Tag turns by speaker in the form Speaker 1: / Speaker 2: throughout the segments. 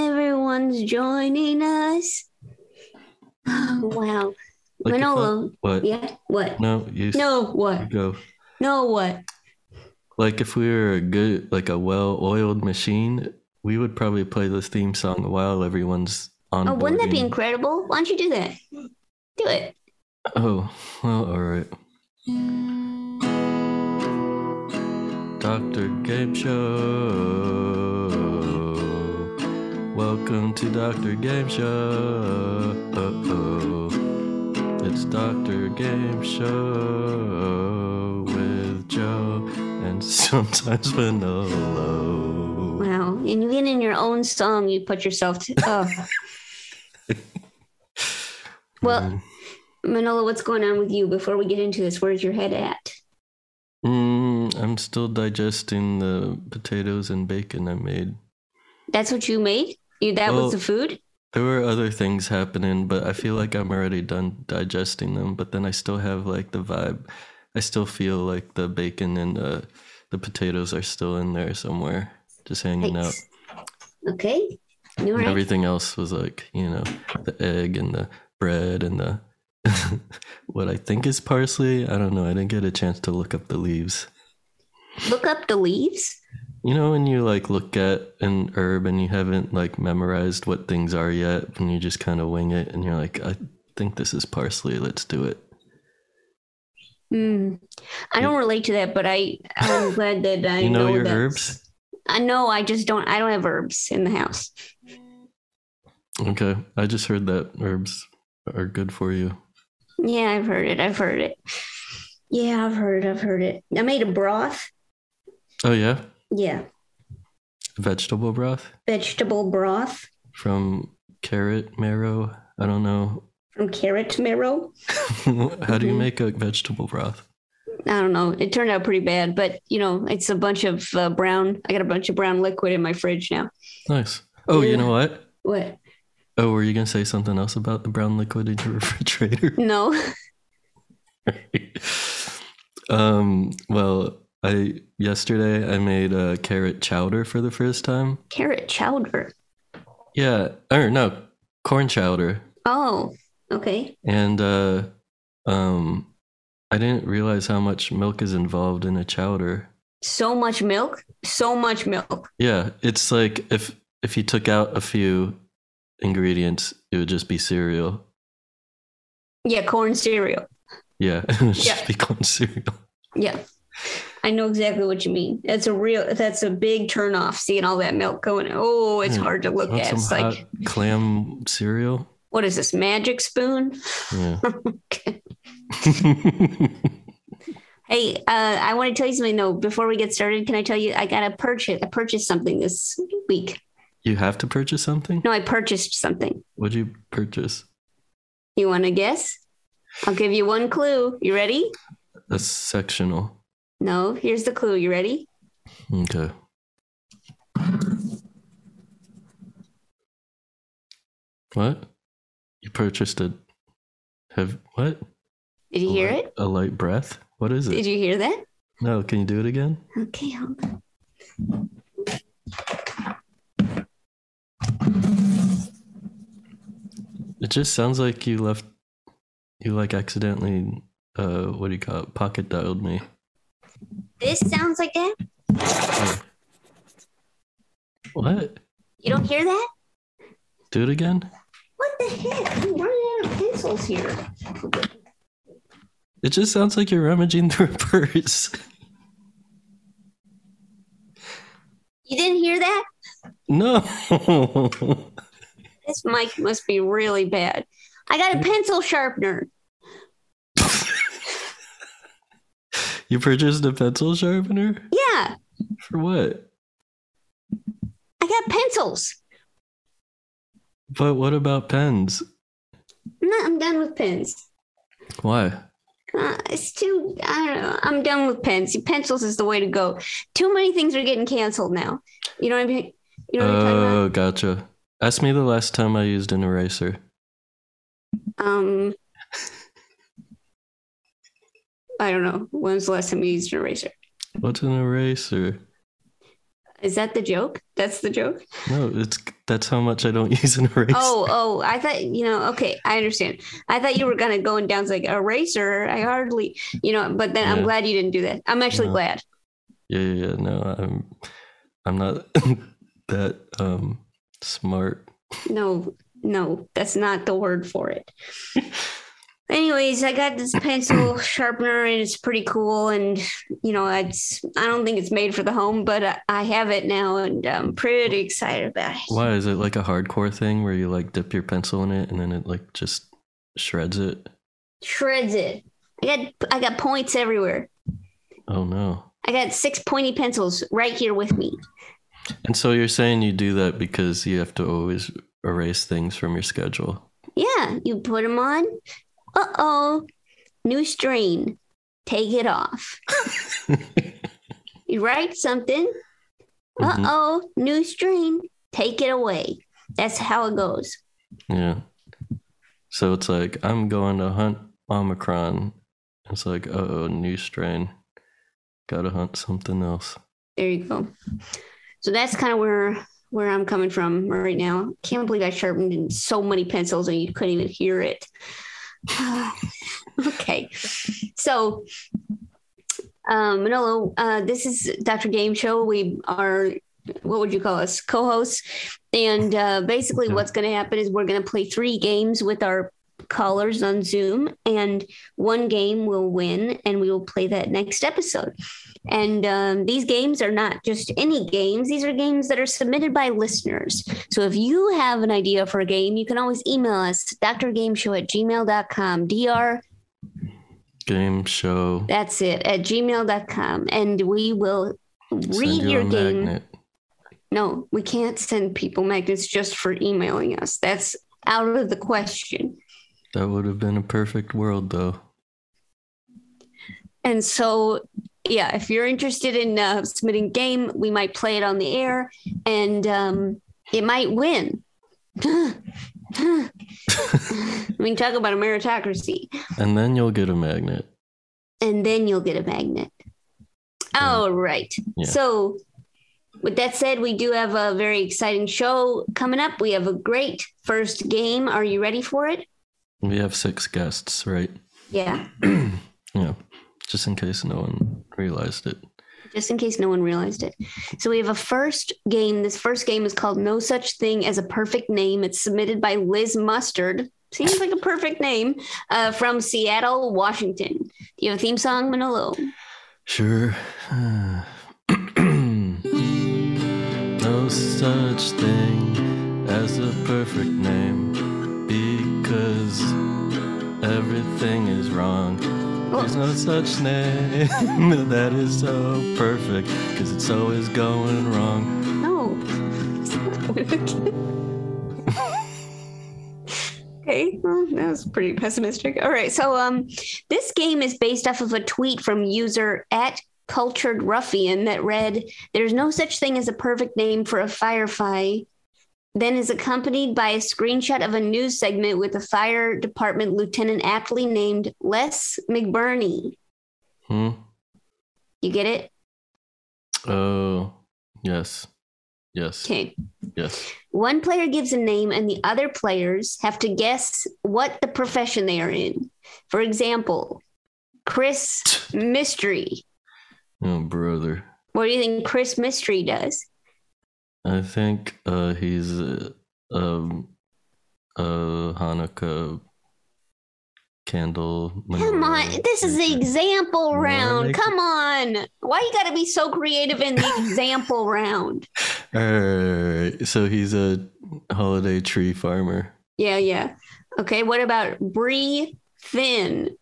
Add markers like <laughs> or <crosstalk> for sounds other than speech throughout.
Speaker 1: Everyone's joining us. Oh, wow.
Speaker 2: Like if I-
Speaker 1: Manolo.
Speaker 2: What?
Speaker 1: Yeah. What?
Speaker 2: No, you s-
Speaker 1: No,
Speaker 2: you
Speaker 1: what?
Speaker 2: go.
Speaker 1: No, what?
Speaker 2: Like if we were a good, like a well-oiled machine, we would probably play this theme song while everyone's on.
Speaker 1: Oh, wouldn't that be
Speaker 2: boarding.
Speaker 1: incredible? Why don't you do that? Do it.
Speaker 2: Oh, well, all right. Dr. Gabe Show. Welcome to Dr. Game Show. It's Dr. Game Show with Joe and <laughs> sometimes Manolo.
Speaker 1: Wow. And even in your own song, you put yourself to.
Speaker 2: <laughs>
Speaker 1: Oh.
Speaker 2: Mm.
Speaker 1: well, Manolo, what's going on with you before we get into this? Where's your head at?
Speaker 2: Mm, I'm still digesting the potatoes and bacon I made.
Speaker 1: That's what you made? You, that
Speaker 2: Well-
Speaker 1: was the food?
Speaker 2: There were other things happening, but I feel like I'm already done digesting them. But then I still have like the vibe. I still feel like the bacon and uh, the potatoes are still in there somewhere, just hanging out.
Speaker 1: Thanks. Okay. All
Speaker 2: And
Speaker 1: right.
Speaker 2: everything else was like, you know, the egg and the bread and the <laughs> what I think is parsley. I don't know. I didn't get a chance to look up the leaves.
Speaker 1: Look up the leaves.
Speaker 2: You know, when you like look at an herb and you haven't like memorized what things are yet, and you just kind of wing it, and you're like, I think this is parsley. Let's do it.
Speaker 1: Hmm. I don't relate to that, but I I'm glad that I
Speaker 2: <laughs> You know your
Speaker 1: that.
Speaker 2: herbs?
Speaker 1: I know. I just don't. I don't have herbs in the house.
Speaker 2: Okay, I just heard that herbs are good for you.
Speaker 1: Yeah, I've heard it. I've heard it. Yeah, I've heard it. I've heard it. I made a broth.
Speaker 2: Oh yeah,
Speaker 1: Yeah,
Speaker 2: vegetable broth
Speaker 1: vegetable broth
Speaker 2: from carrot marrow. I don't know. <laughs>
Speaker 1: from carrot marrow.
Speaker 2: How do you
Speaker 1: Mhm.
Speaker 2: make a vegetable broth?
Speaker 1: I don't know. It turned out pretty bad, but you know, it's a bunch of uh, brown. I got a bunch of brown liquid in my fridge now.
Speaker 2: Nice. Oh, you
Speaker 1: Yeah.
Speaker 2: know what?
Speaker 1: What?
Speaker 2: Oh, were you gonna say something else about the brown liquid in your <laughs> refrigerator?
Speaker 1: No. <laughs>
Speaker 2: um. Well, I yesterday I made a carrot chowder for the first time.
Speaker 1: carrot chowder.
Speaker 2: Yeah, or no, corn chowder.
Speaker 1: Oh, okay.
Speaker 2: and uh um i didn't realize how much milk is involved in a chowder
Speaker 1: So much milk. So much milk.
Speaker 2: yeah it's like if if you took out a few ingredients it would just be cereal
Speaker 1: Yeah, corn cereal.
Speaker 2: yeah <laughs> it would just
Speaker 1: Yeah.
Speaker 2: be corn cereal
Speaker 1: Yeah. I know exactly what you mean. That's a real that's a big turnoff seeing all that milk going. Oh, it's
Speaker 2: Hmm.
Speaker 1: hard to look
Speaker 2: Want
Speaker 1: at.
Speaker 2: some
Speaker 1: It's
Speaker 2: hot
Speaker 1: like, <laughs>
Speaker 2: clam cereal
Speaker 1: what is this, magic spoon?
Speaker 2: yeah
Speaker 1: Okay. Hey, uh, I want to tell you something though. Before we get started, can I tell you I got a purchase I purchased something this week.
Speaker 2: <laughs> you have to purchase something
Speaker 1: No, I purchased something.
Speaker 2: what'd you purchase
Speaker 1: You wanna guess? I'll give you one clue. You ready?
Speaker 2: a sectional
Speaker 1: No, here's the clue. You ready?
Speaker 2: okay what you purchased a have what
Speaker 1: Did you
Speaker 2: A
Speaker 1: hear
Speaker 2: light-
Speaker 1: it?
Speaker 2: A light breath? What is it?
Speaker 1: Did you hear that?
Speaker 2: no, can you do it again?
Speaker 1: Okay, hold on.
Speaker 2: It just sounds like you left you like accidentally uh what do you call it? Pocket dialed me.
Speaker 1: This sounds like that?
Speaker 2: Oh. What?
Speaker 1: You don't hear that?
Speaker 2: Do it again?
Speaker 1: What the heck? I'm running out of pencils here.
Speaker 2: It just sounds like you're rummaging through a purse. <laughs>
Speaker 1: You didn't hear that?
Speaker 2: no. <laughs>
Speaker 1: This mic must be really bad. I got a pencil sharpener.
Speaker 2: you purchased a pencil sharpener?
Speaker 1: Yeah,
Speaker 2: For what?
Speaker 1: I got pencils.
Speaker 2: But what about pens?
Speaker 1: I'm, not, I'm done with pens.
Speaker 2: Why?
Speaker 1: Uh, it's too, I don't know. I'm done with pens. Pencils is the way to go. Too many things are getting canceled now. You know what I mean? You know what I'm talking about?
Speaker 2: Oh, gotcha. Ask me the last time I used an eraser.
Speaker 1: Um, I don't know. When's the last time you used an eraser?
Speaker 2: What's an eraser?
Speaker 1: Is that the joke? That's the joke?
Speaker 2: No, it's That's how much I don't <laughs> use an eraser.
Speaker 1: Oh, oh, I thought, you know, okay, I understand. I thought you were going to go and down like eraser. I hardly, you know, but then I'm
Speaker 2: Yeah.
Speaker 1: glad you didn't do that. I'm actually
Speaker 2: No.
Speaker 1: glad.
Speaker 2: Yeah, yeah, yeah. No, I'm I'm not <laughs> that um smart.
Speaker 1: No, no, that's not the word for it. Anyways, I got this pencil sharpener and it's pretty cool. And, you know, it's, I don't think it's made for the home, but I, I have it now and I'm pretty excited about it.
Speaker 2: Why is it like a hardcore thing where you like dip your pencil in it and then it like just shreds it?
Speaker 1: Shreds it. I got, I got points everywhere.
Speaker 2: Oh no.
Speaker 1: I got six pointy pencils right here with me.
Speaker 2: And so you're saying you do that because you have to always erase things from your schedule.
Speaker 1: Yeah, you put them on. Uh oh, new strain. Take it off. You write something. Uh
Speaker 2: Mhm.
Speaker 1: oh, new strain. Take it away. That's how it goes.
Speaker 2: Yeah. So it's like I'm going to hunt Omicron. It's like, uh oh, new strain. Gotta hunt something else.
Speaker 1: There you go. So that's kind of where where I'm coming from right now. Can't believe I sharpened in so many pencils and you couldn't even hear it. <sighs> okay. So um Manolo, uh, this is Dr. Game Show. We are what would you call us? Co-hosts. And uh, basically
Speaker 2: Yeah.
Speaker 1: what's gonna happen is we're gonna play three games with our callers on Zoom and one game will win and we will play that next episode. And um, these games are not just any games, these are games that are submitted by listeners. So if you have an idea for a game, you can always email us drgameshow at gmail.com. Dr.
Speaker 2: Game show.
Speaker 1: That's it at gmail.com. And we will read
Speaker 2: you
Speaker 1: your
Speaker 2: a
Speaker 1: game.
Speaker 2: magnet.
Speaker 1: No, we can't send people magnets just for emailing us. That's out of the question.
Speaker 2: That would have been a perfect world, though.
Speaker 1: And so, yeah, if you're interested in uh, submitting game, we might play it on the air, and um, it might win. <laughs> I mean, talk about a meritocracy,
Speaker 2: And then you'll get a magnet.
Speaker 1: and then you'll get a magnet.
Speaker 2: Yeah.
Speaker 1: All right.
Speaker 2: Yeah.
Speaker 1: So, with that said, we do have a very exciting show coming up. We have a great first game. Are you ready for it?
Speaker 2: We have six guests, right? <clears throat>
Speaker 1: Yeah.
Speaker 2: yeah. Just in case no one realized it.
Speaker 1: just in case no one realized it. So we have a first game. This first game is called No Such Thing as a Perfect Name. It's submitted by Liz Mustard. Seems like a perfect name uh, from Seattle, Washington. Do you have a theme song, Manolo?
Speaker 2: Sure. <clears throat> no such thing as a perfect name because everything is wrong. There's no such name <laughs> that is so perfect because it's always going wrong.
Speaker 1: No. okay, well, that was pretty pessimistic. All right, so um, this game is based off of a tweet from user at Cultured Ruffian that read, "There's no such thing as a perfect name for a firefly." Then is accompanied by a screenshot of a news segment with a fire department lieutenant aptly named Les McBurney.
Speaker 2: Hmm?
Speaker 1: You get it?
Speaker 2: Oh, yes. Yes.
Speaker 1: Okay.
Speaker 2: Yes.
Speaker 1: One player gives a name, and the other players have to guess what the profession they are in. For example, Chris Mystery.
Speaker 2: Oh, brother.
Speaker 1: What do you think Chris Mystery does?
Speaker 2: I think uh, he's uh, um, a Hanukkah candle.
Speaker 1: Come
Speaker 2: menorah
Speaker 1: on, this is the
Speaker 2: maker.
Speaker 1: example
Speaker 2: Wanna
Speaker 1: round.
Speaker 2: make-
Speaker 1: Come on. Why you got to be so creative in the example round?
Speaker 2: Alright, so he's a holiday tree farmer.
Speaker 1: Yeah, yeah. Okay, what about Bree Finn?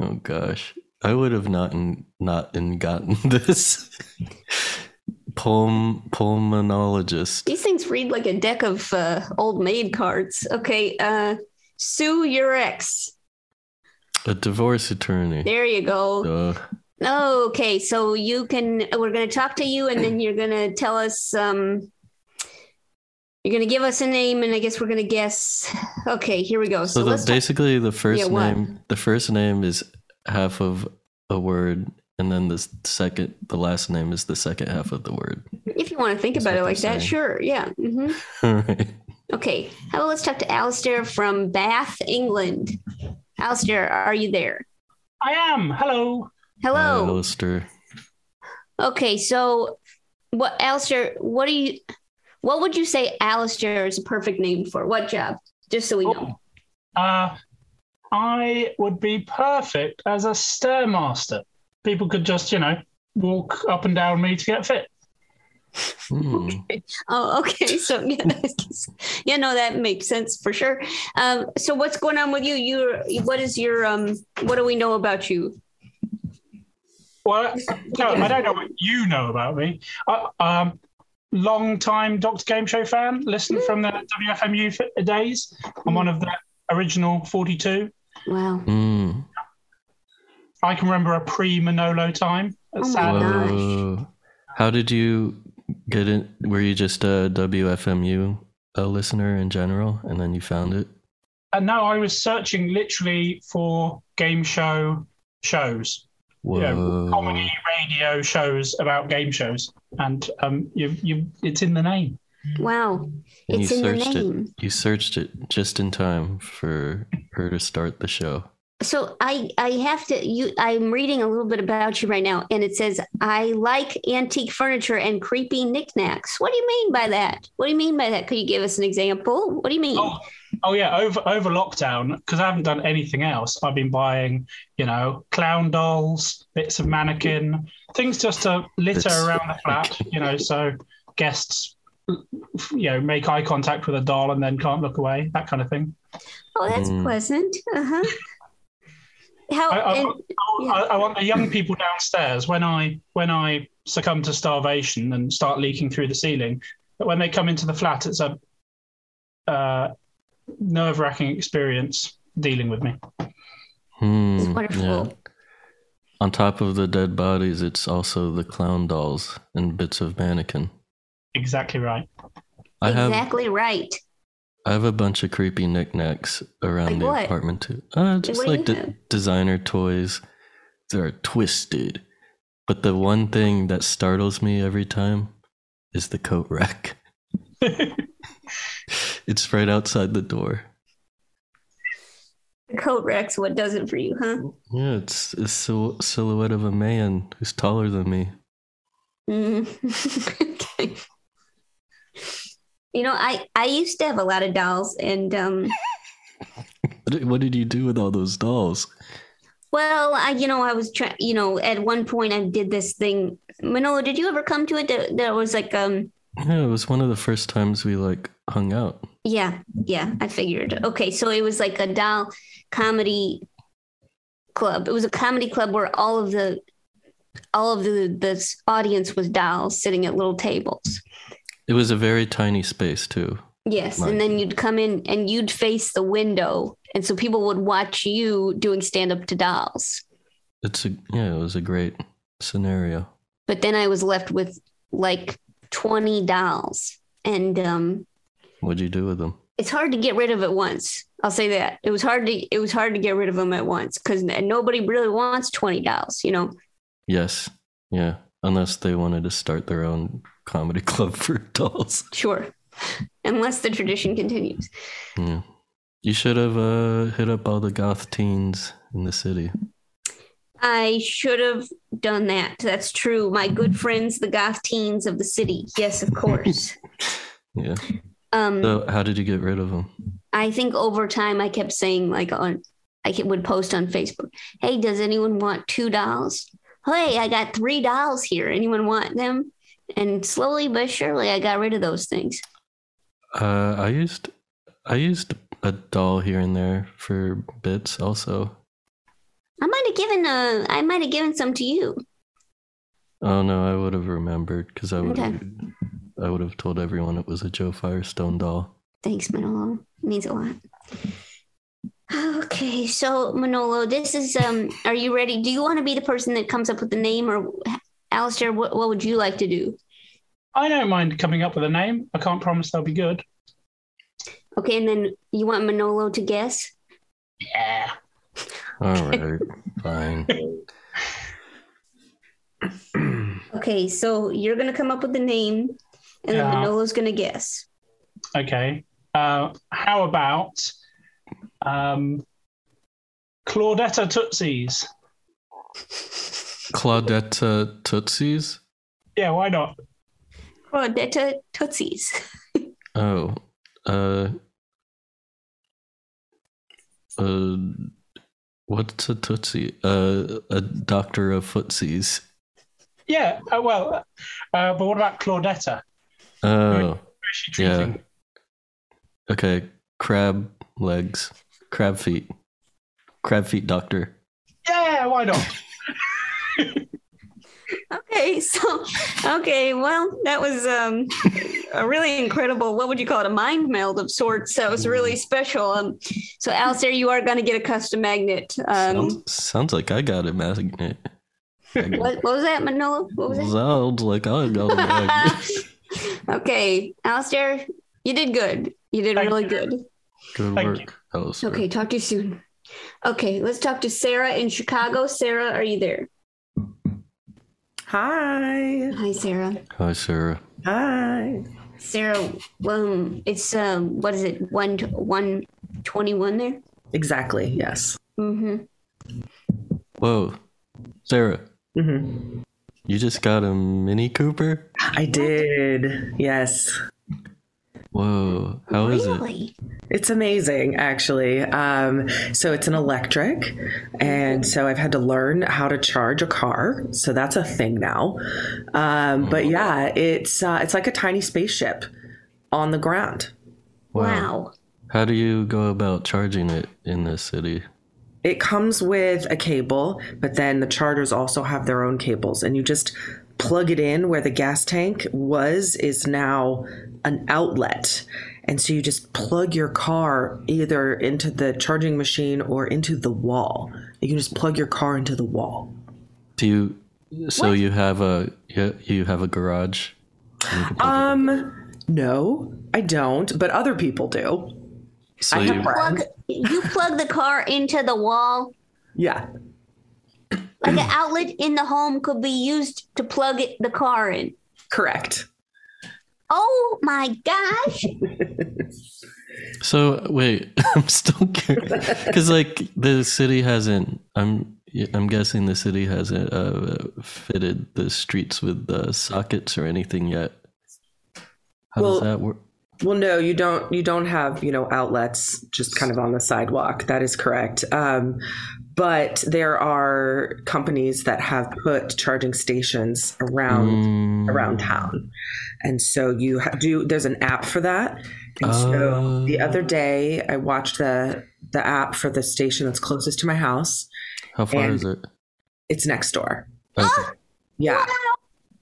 Speaker 2: Oh gosh, I would have not not in gotten <laughs> this. Pulm pulmonologist.
Speaker 1: These things read like a deck of uh, old maid cards. Okay, uh, Sue Urex.
Speaker 2: A divorce attorney.
Speaker 1: There you go.
Speaker 2: Duh.
Speaker 1: Okay, so you can we're going to talk to you and then you're going to tell us um you're going to give us a name and I guess we're going to guess. Okay, here we go. Oh, So,
Speaker 2: So, the,
Speaker 1: let's talk-
Speaker 2: basically, the first
Speaker 1: what?
Speaker 2: name the first name is half of a word, and then the s- second, the last name is the second half of the word. <laughs>
Speaker 1: If you want to think
Speaker 2: That's
Speaker 1: about
Speaker 2: what
Speaker 1: it
Speaker 2: they're
Speaker 1: like that,
Speaker 2: saying.
Speaker 1: sure. Yeah. hmm
Speaker 2: All right.
Speaker 1: Okay. How about let's talk to Alistair from Bath, England. Alistair, are you there?
Speaker 3: I am. Hello.
Speaker 2: Hi,
Speaker 1: Hello.
Speaker 2: Alistair.
Speaker 1: Okay. So, what, Alistair, what do you, what would you say Alistair is a perfect name for? What job? Just so we know.
Speaker 3: Uh, I would be perfect as a stairmaster. People could just, you know, walk up and down me to get fit.
Speaker 2: Hmm.
Speaker 1: Oh, okay. <laughs> So, yeah, that's- yeah, no, that makes sense for sure. Um, so, what's going on with you? You're, what is your, um, what do we know about you?
Speaker 3: Well, no, I don't know what you know about me. I, um, long time Doctor Game Show fan, listened from the WFMU f- days. I'm one of the original 42.
Speaker 1: Wow.
Speaker 2: Hmm.
Speaker 3: I can remember a pre Manolo time.
Speaker 1: Oh my
Speaker 3: Sad.
Speaker 1: God.
Speaker 2: Whoa. How did you get it? Were you just a WFMU uh listener in general, and then you found it?
Speaker 3: And now I was searching literally for game show shows.
Speaker 2: Whoa.
Speaker 3: Yeah, comedy radio shows about game shows, and um, you you it's in the name.
Speaker 1: Wow.
Speaker 2: And
Speaker 1: It's
Speaker 2: you
Speaker 1: in the
Speaker 2: searched it.
Speaker 1: name.
Speaker 2: You searched it just in time for her to start the show.
Speaker 1: so i i have to you i'm reading a little bit about you right now and it says i like antique furniture and creepy knickknacks what do you mean by that what do you mean by that could you give us an example what do you mean
Speaker 3: Oh, oh yeah, over over lockdown because I haven't done anything else. I've been buying, you know, clown dolls, bits of mannequin, things just to litter
Speaker 2: Bits.
Speaker 3: around the flat. You know, so guests, you know, make eye contact with a doll and then can't look away. That kind of thing.
Speaker 1: oh that's
Speaker 2: Mm.
Speaker 1: pleasant uh-huh how
Speaker 3: I- I-
Speaker 1: and,
Speaker 3: I, I- I want the young people downstairs when I when I succumb to starvation and start leaking through the ceiling. But when they come into the flat, it's a uh, nerve-wracking experience dealing with me.
Speaker 2: Hmm.
Speaker 1: It's wonderful.
Speaker 2: On top of the dead bodies, it's also the clown dolls and bits of mannequin.
Speaker 3: Exactly right.
Speaker 2: I have
Speaker 1: exactly right
Speaker 2: I have a bunch of creepy knickknacks around
Speaker 1: Like
Speaker 2: the
Speaker 1: what?
Speaker 2: apartment too. Uh, just
Speaker 1: what do
Speaker 2: like
Speaker 1: you
Speaker 2: de-
Speaker 1: have?
Speaker 2: designer toys that are twisted. But the one thing that startles me every time is the coat
Speaker 1: <laughs>
Speaker 2: rack. it's right outside the door.
Speaker 1: the coat rex what does it for you huh
Speaker 2: Yeah, it's a sil- silhouette of a man who's taller than me.
Speaker 1: Mm. <laughs> Okay. you know i i used to have a lot of dolls and um
Speaker 2: What did, what did you do with all those dolls?
Speaker 1: Well, I, you know, I was trying, you know, at one point I did this thing. Manolo, did you ever come to it that, that was like, um,
Speaker 2: Yeah, it was one of the first times we like hung out.
Speaker 1: yeah, yeah, I figured. Okay. So it was like a doll comedy club. It was a comedy club where all of the, all of the, the audience was dolls sitting at little tables.
Speaker 2: It was a very tiny space too.
Speaker 1: Yes.
Speaker 2: Right.
Speaker 1: And then you'd come in and you'd face the window. And so people would watch you doing stand up to dolls.
Speaker 2: It's a yeah, it was a great scenario.
Speaker 1: But then I was left with like 20 dolls. And, um,
Speaker 2: What'd you do with them?
Speaker 1: it's hard to get rid of at once. I'll say that it was hard to it was hard to get rid of them at once because nobody really wants twenty dollars. You know,
Speaker 2: Yes. Yeah. Unless they wanted to start their own comedy <laughs> club for adults.
Speaker 1: <laughs> sure, unless the tradition continues.
Speaker 2: Yeah. You should have uh, hit up all the goth teens in the city.
Speaker 1: I should have done that. That's true. My good friends, the goth teens of the city. Yes, of course.
Speaker 2: <laughs> Yeah.
Speaker 1: Um,
Speaker 2: So, how did you get rid of them?
Speaker 1: I think over time I kept saying like on I ke- would post on Facebook, "Hey, does anyone want two dolls? Hey, I got three dolls here. Anyone want them?" And slowly but surely, I got rid of those things.
Speaker 2: Uh, I used, I used a doll here and there for bits. Also,
Speaker 1: I might have given uh, I might have given some to you.
Speaker 2: oh no, I would have remembered because I would,
Speaker 1: Okay.
Speaker 2: have I would have told everyone it was a Joe Firestone doll.
Speaker 1: Thanks, Manolo. Means a lot. Okay, so Manolo, this is um. Are you ready? Do you want to be the person that comes up with the name, or Alistair? What, what would you like to do?
Speaker 3: I don't mind coming up with a name. I can't promise they'll be good. <laughs>
Speaker 1: Okay, and then you want Manolo to guess.
Speaker 3: Yeah.
Speaker 1: <laughs>
Speaker 2: All right, fine.
Speaker 1: Okay, so you're gonna come up with the name, and then
Speaker 3: Yeah.
Speaker 1: Manolo's gonna guess.
Speaker 3: Okay. Uh, how about um, Claudetta Tootsies?
Speaker 2: Claudetta Tootsies.
Speaker 3: Yeah, why not?
Speaker 1: Claudetta Oh, Tootsies.
Speaker 2: Oh, uh, uh, what's a Tootsie? Uh, a doctor of footsies.
Speaker 3: Yeah, uh, well, uh, but what about Claudetta?
Speaker 2: Oh,
Speaker 3: Who is she
Speaker 2: yeah.
Speaker 3: treating?
Speaker 2: Okay, crab legs, crab feet, crab feet doctor.
Speaker 3: Yeah, why not?
Speaker 1: <laughs> Okay, so okay, well, that was um, a really incredible. What would you call it? A mind meld of sorts. So it was really special. Um, so Alistair, you are gonna get a custom magnet. Um,
Speaker 2: sounds, sounds like I got a magnet.
Speaker 1: what, what was that, Manolo? What was that?
Speaker 2: Sounds like I got
Speaker 1: <laughs>
Speaker 2: a magnet.
Speaker 1: Okay, Alistair, you did good. You did
Speaker 3: Thank
Speaker 1: really
Speaker 3: you.
Speaker 1: good.
Speaker 2: Good
Speaker 3: Thank
Speaker 2: work. Oh, sorry.
Speaker 1: Okay, talk to you soon. Okay, let's talk to Sarah in Chicago. Sarah, are you there?
Speaker 4: Hi.
Speaker 1: Hi, Sarah.
Speaker 2: Hi, Sarah.
Speaker 4: Hi.
Speaker 1: Sarah, um, it's um, what is it? One one twenty one there.
Speaker 4: Exactly. Yes.
Speaker 1: Mm-hmm.
Speaker 2: Whoa, Sarah.
Speaker 4: hmm
Speaker 2: You just got a Mini Cooper?
Speaker 4: I did. Yes.
Speaker 2: Whoa, how is it?
Speaker 1: Really?
Speaker 4: It's amazing, actually. Um, so it's an electric, and so I've had to learn how to charge a car. So that's a thing now. Um, but yeah, it's uh, it's like a tiny spaceship on the ground.
Speaker 1: Wow.
Speaker 2: How do you go about charging it in this city?
Speaker 4: It comes with a cable, but then the charters also have their own cables, and you just plug it in where the gas tank was is now an outlet. And so you just plug your car either into the charging machine or into the wall. You can just plug your car into the wall.
Speaker 2: Do you so you have a you, you have a garage? You can plug it-
Speaker 4: Um no, I don't, but other people do.
Speaker 2: so
Speaker 4: I
Speaker 2: you,
Speaker 4: have friends.
Speaker 1: Plug, you plug the car into the wall.
Speaker 4: Yeah.
Speaker 1: Like an outlet in the home could be used to plug it, the car in.
Speaker 4: Correct.
Speaker 1: Oh my
Speaker 4: <laughs>
Speaker 1: gosh!
Speaker 2: so wait, <laughs> I'm still
Speaker 1: <laughs>
Speaker 2: curious because like the city hasn't. I'm I'm guessing the city hasn't uh, fitted the streets with uh, sockets or anything yet. How
Speaker 4: Well-
Speaker 2: does that work?
Speaker 4: Well, no, you don't. You don't have you know outlets just kind of on the sidewalk. That is correct. Um, but there are companies that have put charging stations around
Speaker 2: Mm.
Speaker 4: around town, and so you ha- do. There's an app for that. And so
Speaker 2: Oh.
Speaker 4: the other day, I watched the the app for the station that's closest to my house.
Speaker 2: How far
Speaker 4: and-
Speaker 2: is it?
Speaker 4: It's next door.
Speaker 2: Okay.
Speaker 4: Yeah,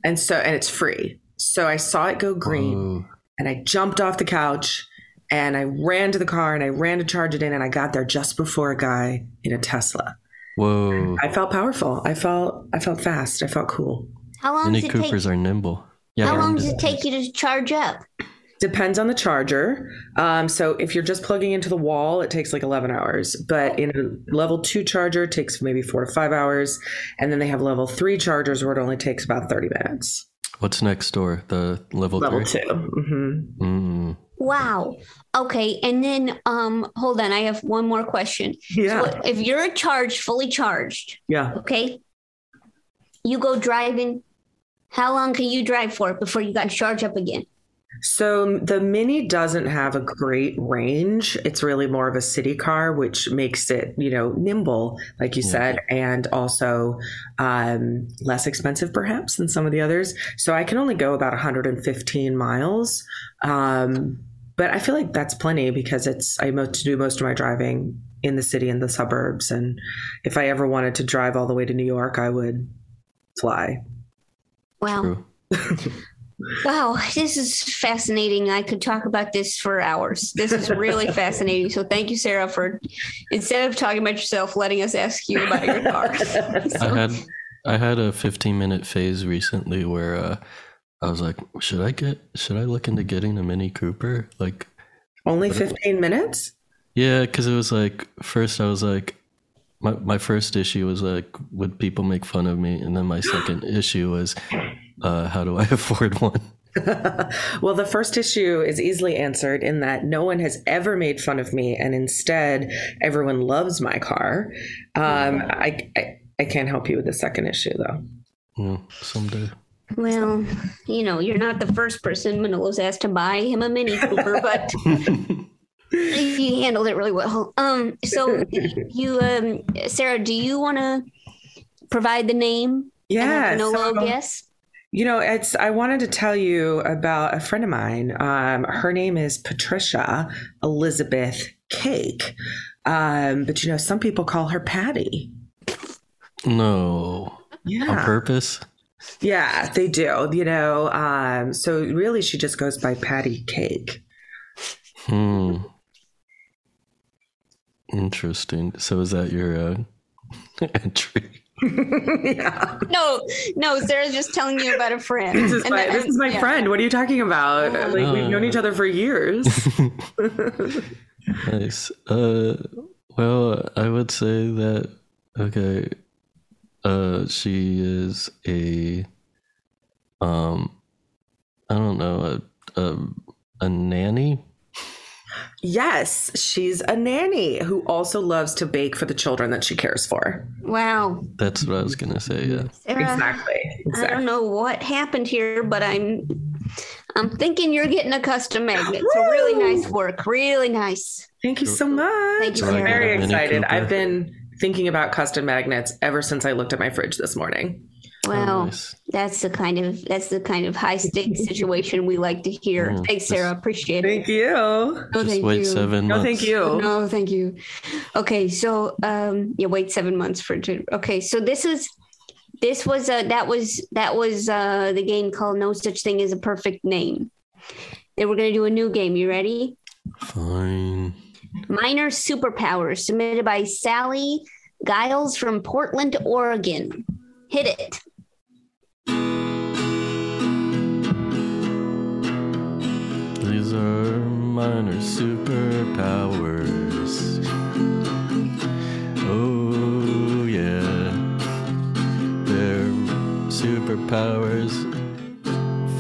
Speaker 4: and so and it's free. So I saw it go green.
Speaker 2: Whoa.
Speaker 4: and I jumped off the couch and I ran to the car and I ran to charge it in and I got there just before a guy in a Tesla.
Speaker 2: Whoa.
Speaker 4: I felt powerful. I felt I felt fast. I felt cool.
Speaker 1: How long
Speaker 2: Mini
Speaker 1: does it
Speaker 2: Coopers
Speaker 1: take?
Speaker 2: are nimble. Yeah.
Speaker 1: How
Speaker 2: they're
Speaker 1: long does it
Speaker 2: nimble.
Speaker 1: take you to charge up?
Speaker 4: Depends on the charger. Um, so if you're just plugging into the wall, it takes like 11 hours. But in a level two charger, it takes maybe four to five hours. And then they have level three chargers where it only takes about 30 minutes.
Speaker 2: What's next door? The level,
Speaker 4: Level
Speaker 2: 3
Speaker 4: two. hmm
Speaker 2: Mm.
Speaker 1: Wow. Okay, and then um, hold on. I have one more question.
Speaker 4: Yeah.
Speaker 1: So if you're charged, fully charged,
Speaker 4: yeah.
Speaker 1: okay, you go driving. How long can you drive for before you got to charge up again?
Speaker 4: So the Mini doesn't have a great range. It's really more of a city car, which makes it, you know, nimble, like you
Speaker 2: Yeah.
Speaker 4: said, and also um, less expensive perhaps than some of the others. So I can only go about 115 miles, um, but I feel like that's plenty because it's I most do most of my driving in the city and the suburbs, and if I ever wanted to drive all the way to New York, I would fly.
Speaker 1: Wow.
Speaker 2: True.
Speaker 1: <laughs> Wow, this is fascinating. I could talk about this for hours. This is
Speaker 4: <laughs>
Speaker 1: really fascinating. So thank you, Sarah, for instead of talking about yourself, letting us ask you about your car.
Speaker 2: I had I had a 15 minute phase recently where uh, I was like, should I get should I look into getting a Mini Cooper? Like,
Speaker 4: Only 15 minutes.
Speaker 2: yeah, because it was like first I was like, my, my first issue was like would people make fun of me and then my second issue was uh, how do i <laughs> afford one
Speaker 4: well, the first issue is easily answered in that no one has ever made fun of me, and instead, everyone loves my car. Um, I, I I can't help you with the second issue though.
Speaker 2: yeah, someday
Speaker 1: Well, you know, you're not the first person Manolo's asked to buy him a Mini Cooper, but he handled it really well. Um, so you, um, Sarah, do you want to provide the name? and
Speaker 4: Yeah,
Speaker 1: have Manolo
Speaker 4: so-
Speaker 1: guess.
Speaker 4: You know, it's. I wanted to tell you about a friend of mine. Um, her name is Patricia Elizabeth Cake, um, but you know, some people call her Patty.
Speaker 2: no
Speaker 4: Yeah,
Speaker 2: on purpose
Speaker 4: yeah, they do. You know, um, so really, she just goes by Patty Cake.
Speaker 2: hmm interesting so is that your uh, <laughs> entry
Speaker 4: yeah,
Speaker 1: No, no, Sarah's just telling you about a friend.
Speaker 4: <clears throat> this is
Speaker 1: And
Speaker 4: my,
Speaker 1: then-
Speaker 4: this is my
Speaker 1: yeah.
Speaker 4: friend. What are you talking about?
Speaker 1: Oh.
Speaker 4: Like we've known each other for years.
Speaker 2: Nice. Uh, well, I would say that okay. Uh, she is a um, I don't know a a, a nanny.
Speaker 4: <laughs> yes, she's a nanny who also loves to bake for the children that she cares for.
Speaker 1: Wow,
Speaker 2: That's what I was gonna say. Yeah.
Speaker 1: Sarah,
Speaker 4: Exactly.
Speaker 1: I
Speaker 4: Exactly.
Speaker 1: don't know what happened here, but I'm, I'm thinking you're getting a custom magnet. So really
Speaker 4: Woo!
Speaker 1: nice work, really nice.
Speaker 4: Thank you so much.
Speaker 1: Thank you,
Speaker 4: I'm
Speaker 1: Sarah.
Speaker 4: very
Speaker 2: Mini
Speaker 4: excited.
Speaker 2: Cooper.
Speaker 4: I've been thinking about custom magnets ever since I looked at my fridge this morning.
Speaker 1: Wow,
Speaker 2: nice.
Speaker 1: that's the kind of that's the kind of high
Speaker 2: <laughs>
Speaker 1: stakes situation we like to hear.
Speaker 2: Mm,
Speaker 1: Thanks,
Speaker 2: just-
Speaker 1: Sarah. Appreciate it.
Speaker 4: Thank you. No,
Speaker 1: No,
Speaker 2: Just
Speaker 1: thank
Speaker 2: wait
Speaker 1: you.
Speaker 2: seven months.
Speaker 4: thank you.
Speaker 1: No, thank you. Okay, so um, you wait seven months for to. Okay, so this is this was uh that was that was uh the game called No Such Thing as a Perfect Name. Then we're gonna do a new game. You ready?
Speaker 2: Fine.
Speaker 1: Minor superpowers submitted by Sally Giles from Portland, Oregon. Hit it.
Speaker 2: These are minor superpowers. Oh, yeah. They're superpowers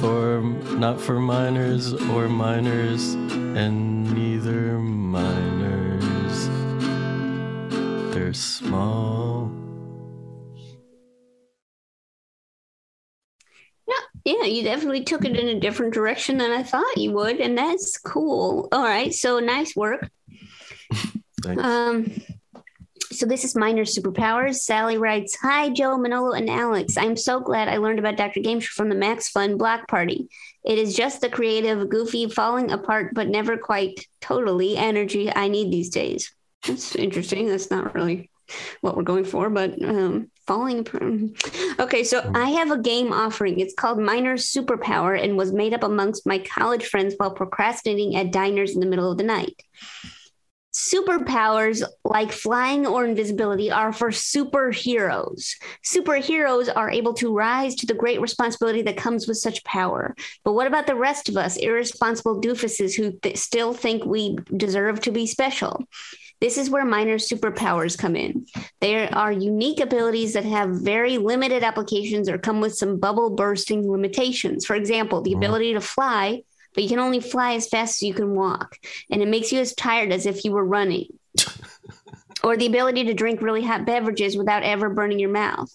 Speaker 2: for not for minors or minors and neither minors. They're small.
Speaker 1: Yeah, you definitely took it in a different direction than I thought you would, and that's cool. All right, so nice work.
Speaker 2: Thanks.
Speaker 1: Um, so this is minor superpowers. Sally writes, "Hi, Joe, Manolo, and Alex. I'm so glad I learned about Dr. Game Show from the Max Fun Block Party. It is just the creative, goofy, falling apart but never quite totally energy I need these days." That's interesting. That's not really what we're going for, but um, falling apart. Okay, so I have a game offering. It's called Minor Superpower and was made up amongst my college friends while procrastinating at diners in the middle of the night. Superpowers like flying or invisibility are for superheroes. Superheroes are able to rise to the great responsibility that comes with such power. But what about the rest of us, irresponsible doofuses who th- still think we deserve to be special? This is where minor superpowers come in. They are unique abilities that have very limited applications or come with some bubble bursting limitations. For example, the
Speaker 2: Mhm.
Speaker 1: ability to fly, but you can only fly as fast as you can walk, and it makes you as tired as if you were running. or the ability to drink really hot beverages without ever burning your mouth.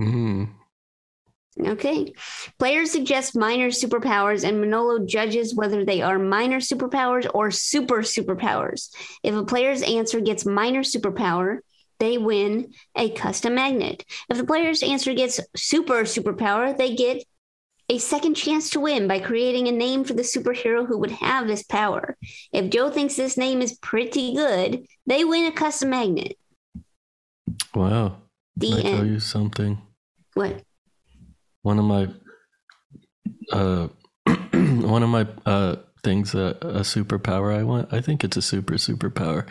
Speaker 2: Mm.
Speaker 1: Okay. Players suggest minor superpowers, and Manolo judges whether they are minor superpowers or super superpowers. If a player's answer gets minor superpower, they win a custom magnet. If the player's answer gets super superpower, they get a second chance to win by creating a name for the superhero who would have this power. If Joe thinks this name is pretty good, they win a custom magnet.
Speaker 2: Wow.
Speaker 1: The
Speaker 2: Can I tell
Speaker 1: end.
Speaker 2: you something?
Speaker 1: What?
Speaker 2: one of my uh <clears throat> one of my uh things that a superpower I want I think it's a super superpower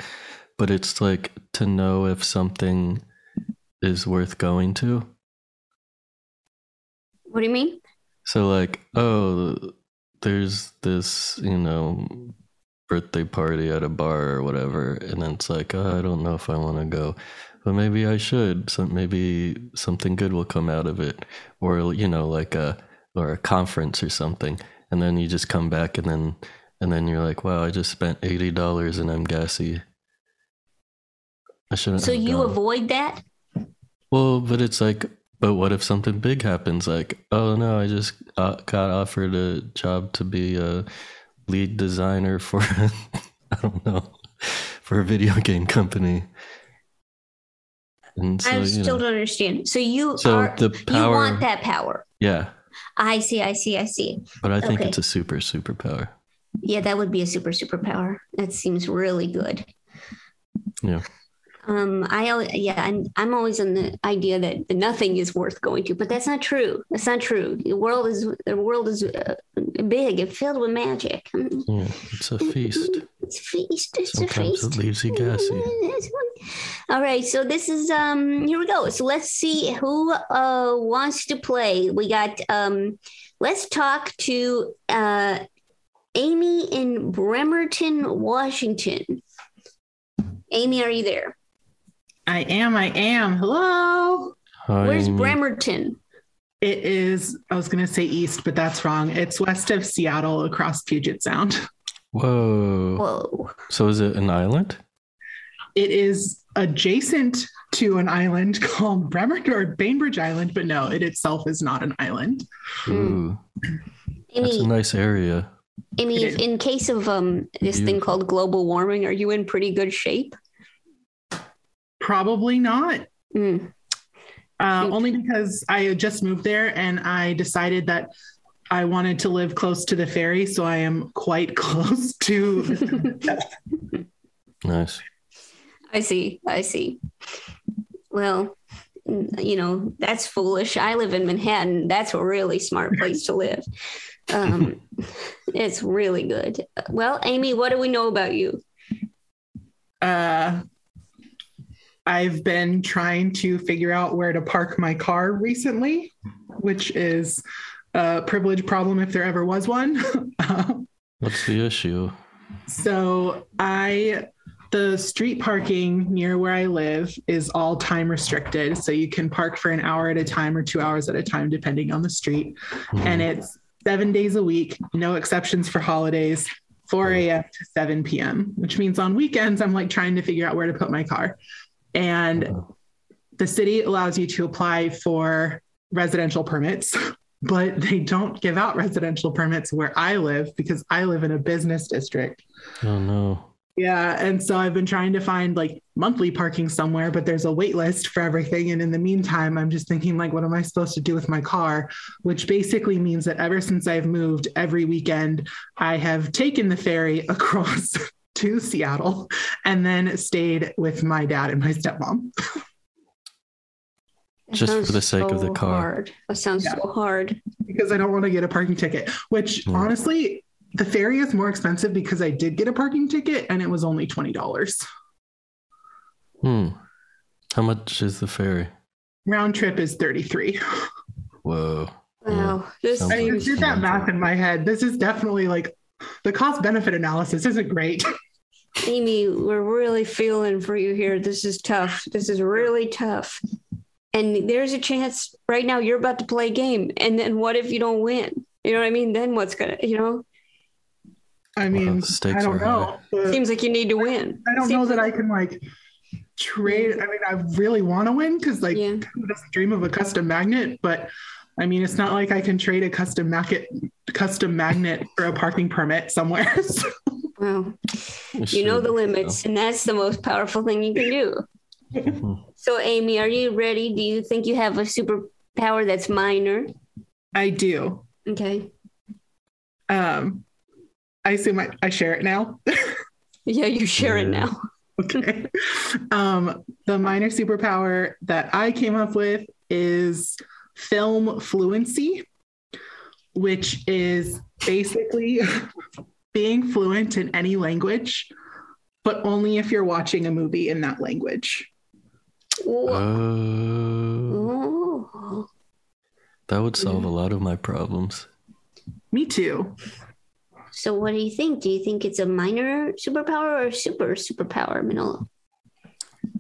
Speaker 2: but it's like to know if something is worth going to
Speaker 1: What do you mean?
Speaker 2: so like oh there's this you know birthday party at a bar or whatever, and then it's like, oh, I don't know if I want to go, but maybe I should. So maybe something good will come out of it, or you know, like a or a conference or something, and then you just come back and then and then you're like, wow, I just spent eighty dollars and I'm gassy. I shouldn't.
Speaker 1: So
Speaker 2: have
Speaker 1: you
Speaker 2: gone.
Speaker 1: avoid that?
Speaker 2: Well, but it's like, but what if something big happens? Like, oh no, I just uh, got offered a job to be a lead designer for, <laughs> I don't know, for a video game company. And so,
Speaker 1: I
Speaker 2: you
Speaker 1: still
Speaker 2: know,
Speaker 1: don't understand. So you
Speaker 2: so
Speaker 1: are
Speaker 2: the
Speaker 1: you
Speaker 2: power,
Speaker 1: want that power.
Speaker 2: yeah,
Speaker 1: I see, I see, I see.
Speaker 2: but I think
Speaker 1: Okay.
Speaker 2: it's a super superpower.
Speaker 1: Yeah, that would be a super superpower. That seems really good.
Speaker 2: Yeah.
Speaker 1: Um, I al- yeah, I'm I'm always on the idea that nothing is worth going to, but that's not true. That's not true. The world is the world is uh, big and filled with magic. Mm,
Speaker 2: Yeah, it's a feast.
Speaker 1: It's a feast. It's
Speaker 2: Sometimes
Speaker 1: a
Speaker 2: it
Speaker 1: feast. Mm-hmm.
Speaker 2: leaves you gassy.
Speaker 1: All right, so this is um here we go. So let's see who uh wants to play. We got um let's talk to uh Amy in Bremerton, Washington. Amy, are you there?
Speaker 5: I am. I am. Hello.
Speaker 2: Hi,
Speaker 1: Where's
Speaker 2: Amy.
Speaker 1: Bremerton?
Speaker 5: It is, I was going to say east, but that's wrong. It's west of Seattle across Puget Sound.
Speaker 2: Whoa.
Speaker 1: Whoa.
Speaker 2: So is it an island?
Speaker 5: It is adjacent to an island <laughs> called Bremerton or Bainbridge Island, but no, it itself is not an island.
Speaker 1: Hmm.
Speaker 2: Ooh, that's
Speaker 1: Amy,
Speaker 2: a nice area.
Speaker 1: Amy, if in case of um this thing
Speaker 2: Beautiful.
Speaker 1: called global warming, are you in pretty good shape?
Speaker 5: Probably not.
Speaker 1: Mm.
Speaker 5: Uh, only because I had just moved there and I decided that I wanted to live close to the ferry. So I am quite <laughs> close to.
Speaker 2: Nice.
Speaker 1: I see. I see. Well, n- you know, that's foolish. I live in Manhattan. That's a really smart place to live. Um, <laughs> it's really good. Well, Amy, what do we know about you?
Speaker 5: uh, I've been trying to figure out where to park my car recently, which is a privilege problem if there ever was one. <laughs>
Speaker 2: What's the issue?
Speaker 5: so I the street parking near where I live is all time restricted. So you can park for an hour at a time or two hours at a time, depending on the street. and it's seven days a week, no exceptions for holidays, 4 a.m. to 7 p.m., which means on weekends, I'm like trying to figure out where to put my car. And the city allows you to apply for residential permits, <laughs> but they don't give out residential permits where I live because I live in a business district.
Speaker 2: Oh no.
Speaker 5: Yeah. And so I've been trying to find like monthly parking somewhere, but there's a wait list for everything. And in the meantime, I'm just thinking, like, what am I supposed to do with my car? Which basically means that ever since I've moved every weekend, I have taken the ferry <laughs> across to Seattle and then stayed with my dad and my stepmom.
Speaker 1: That
Speaker 2: Just for
Speaker 1: sounds
Speaker 2: the sake of the
Speaker 1: so
Speaker 2: car.
Speaker 1: Hard. That sounds
Speaker 5: Yeah.
Speaker 1: so hard.
Speaker 5: because I don't want to get a parking ticket, which
Speaker 2: Yeah.
Speaker 5: honestly, the ferry is more expensive because I did get a parking ticket and it was only $20.
Speaker 2: Hmm. How much is the ferry?
Speaker 5: Round trip is 33.
Speaker 2: Whoa. Yeah.
Speaker 1: Wow. This
Speaker 2: Sounds
Speaker 5: I mean, I
Speaker 1: seems-
Speaker 5: did that math in my head. This is definitely like the cost benefit analysis isn't great. <laughs>
Speaker 1: Amy, we're really feeling for you here. This is tough. This is really tough. And there's a chance right now you're about to play a game. And then what if you don't win? You know what I mean? Then what's going to, you know,
Speaker 5: I
Speaker 2: Well,
Speaker 5: mean,
Speaker 2: the stakes
Speaker 5: I don't
Speaker 2: are
Speaker 5: know. The-
Speaker 1: seems like you need to win.
Speaker 5: I don't
Speaker 1: seems
Speaker 5: know that I
Speaker 1: like-
Speaker 5: can like trade. I mean, I really want to win because like
Speaker 1: Yeah.
Speaker 5: who doesn't dream of a custom magnet? But I mean, it's not like I can trade a custom magnet custom magnet for a parking permit somewhere. <laughs> So,
Speaker 1: Well,
Speaker 2: We
Speaker 1: you know
Speaker 2: should,
Speaker 1: the limits, and that's the most powerful thing you can do.
Speaker 2: Mhm.
Speaker 1: So, Amy, are you ready? Do you think you have a superpower that's minor?
Speaker 5: I do.
Speaker 1: Okay.
Speaker 5: Um, I assume I, I share it now. <laughs>
Speaker 1: Yeah, you share it
Speaker 2: Yeah.
Speaker 1: now.
Speaker 5: okay. Um, the minor superpower that I came up with is film fluency, which is basically <laughs> being fluent in any language, but only if you're watching a movie in that language.
Speaker 1: Whoa.
Speaker 2: Oh,
Speaker 1: Oh.
Speaker 2: that would solve a lot of my problems.
Speaker 5: Me too.
Speaker 1: So, what do you think? Do you think it's a minor superpower or a super superpower, Manolo?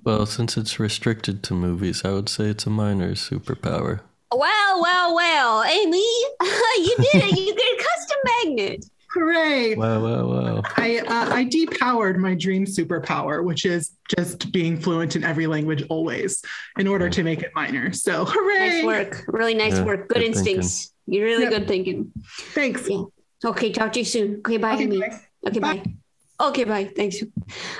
Speaker 2: Well, since it's restricted to movies, I would say it's a minor superpower.
Speaker 1: Well, well, well, Amy, <laughs> you did it. You get a custom magnet.
Speaker 5: Hooray!
Speaker 2: Wow, wow, wow.
Speaker 5: I uh, I depowered my dream superpower, which is just being fluent in every language always, in order to make it minor. So hooray!
Speaker 1: Nice work. Really nice
Speaker 2: Yeah,
Speaker 1: work. Good
Speaker 2: good
Speaker 1: instincts. You're really
Speaker 5: Yep.
Speaker 1: good thinking.
Speaker 5: Thanks.
Speaker 1: Yeah. Okay, talk to you soon. Okay, bye,
Speaker 5: Okay,
Speaker 1: Amy.
Speaker 5: bye.
Speaker 1: Okay, bye.
Speaker 5: Bye.
Speaker 1: Okay, bye. Thanks.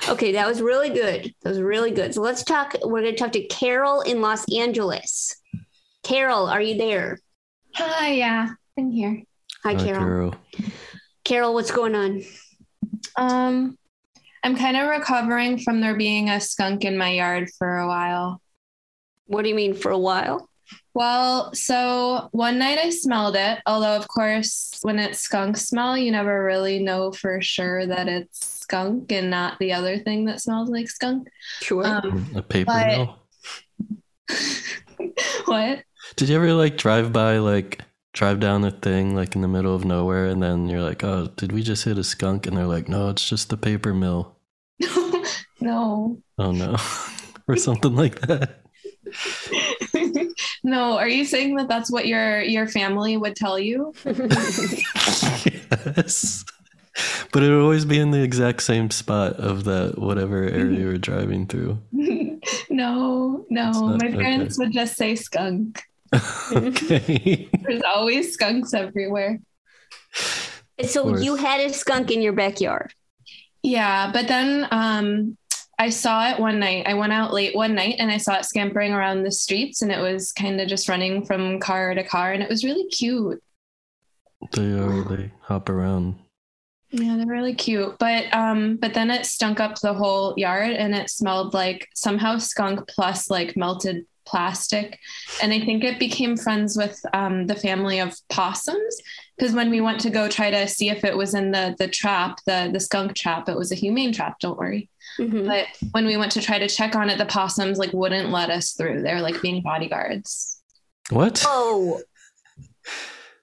Speaker 1: Okay, that was really good. That was really good. So let's talk. We're going to talk to Carol in Los Angeles. Carol, are you there?
Speaker 6: Hi, yeah, I'm here.
Speaker 1: Hi,
Speaker 2: Hi,
Speaker 1: Carol.
Speaker 2: Carol.
Speaker 1: Carol, what's going on?
Speaker 6: Um, I'm kind of recovering from there being a skunk in my yard for a while.
Speaker 1: What do you mean for a while?
Speaker 6: Well, so one night I smelled it, although of course when it's skunk smell, you never really know for sure that it's skunk and not the other thing that smells like skunk.
Speaker 1: Sure.
Speaker 6: Um, <laughs>
Speaker 2: Hmm. A paper
Speaker 6: But-
Speaker 2: mill.
Speaker 6: what?
Speaker 2: Did you ever like drive by, like drive down a thing like in the middle of nowhere, and then you're like, oh, did we just hit a skunk? And they're like, no, it's just the paper mill.
Speaker 6: no.
Speaker 2: Oh no, <laughs> or something like that.
Speaker 6: <laughs> no, are you saying that that's what your your family would tell
Speaker 2: <laughs>
Speaker 6: you?
Speaker 2: yes. But it would always be in the exact same spot of that whatever area you were driving through.
Speaker 6: no, no.
Speaker 2: not-
Speaker 6: My parents would just say skunk.
Speaker 2: okay.
Speaker 6: There's always skunks everywhere.
Speaker 1: so
Speaker 2: course.
Speaker 1: you had a skunk in your backyard.
Speaker 6: Yeah, but then um I saw it one night. I went out late one night and I saw it scampering around the streets and it was kind of just running from car to car and it was really cute.
Speaker 2: They are they hop around.
Speaker 6: Yeah, they're really cute. But um but then it stunk up the whole yard and it smelled like somehow skunk plus like melted plastic. And I think it became friends with um the family of possums because when we went to go try to see if it was in the the trap, the the skunk trap, it was a humane trap, don't worry.
Speaker 5: Mm-hmm.
Speaker 1: Mhm.
Speaker 6: But when we went to try to check on it, the possums like wouldn't let us through. They're like being bodyguards.
Speaker 2: What?
Speaker 1: Oh,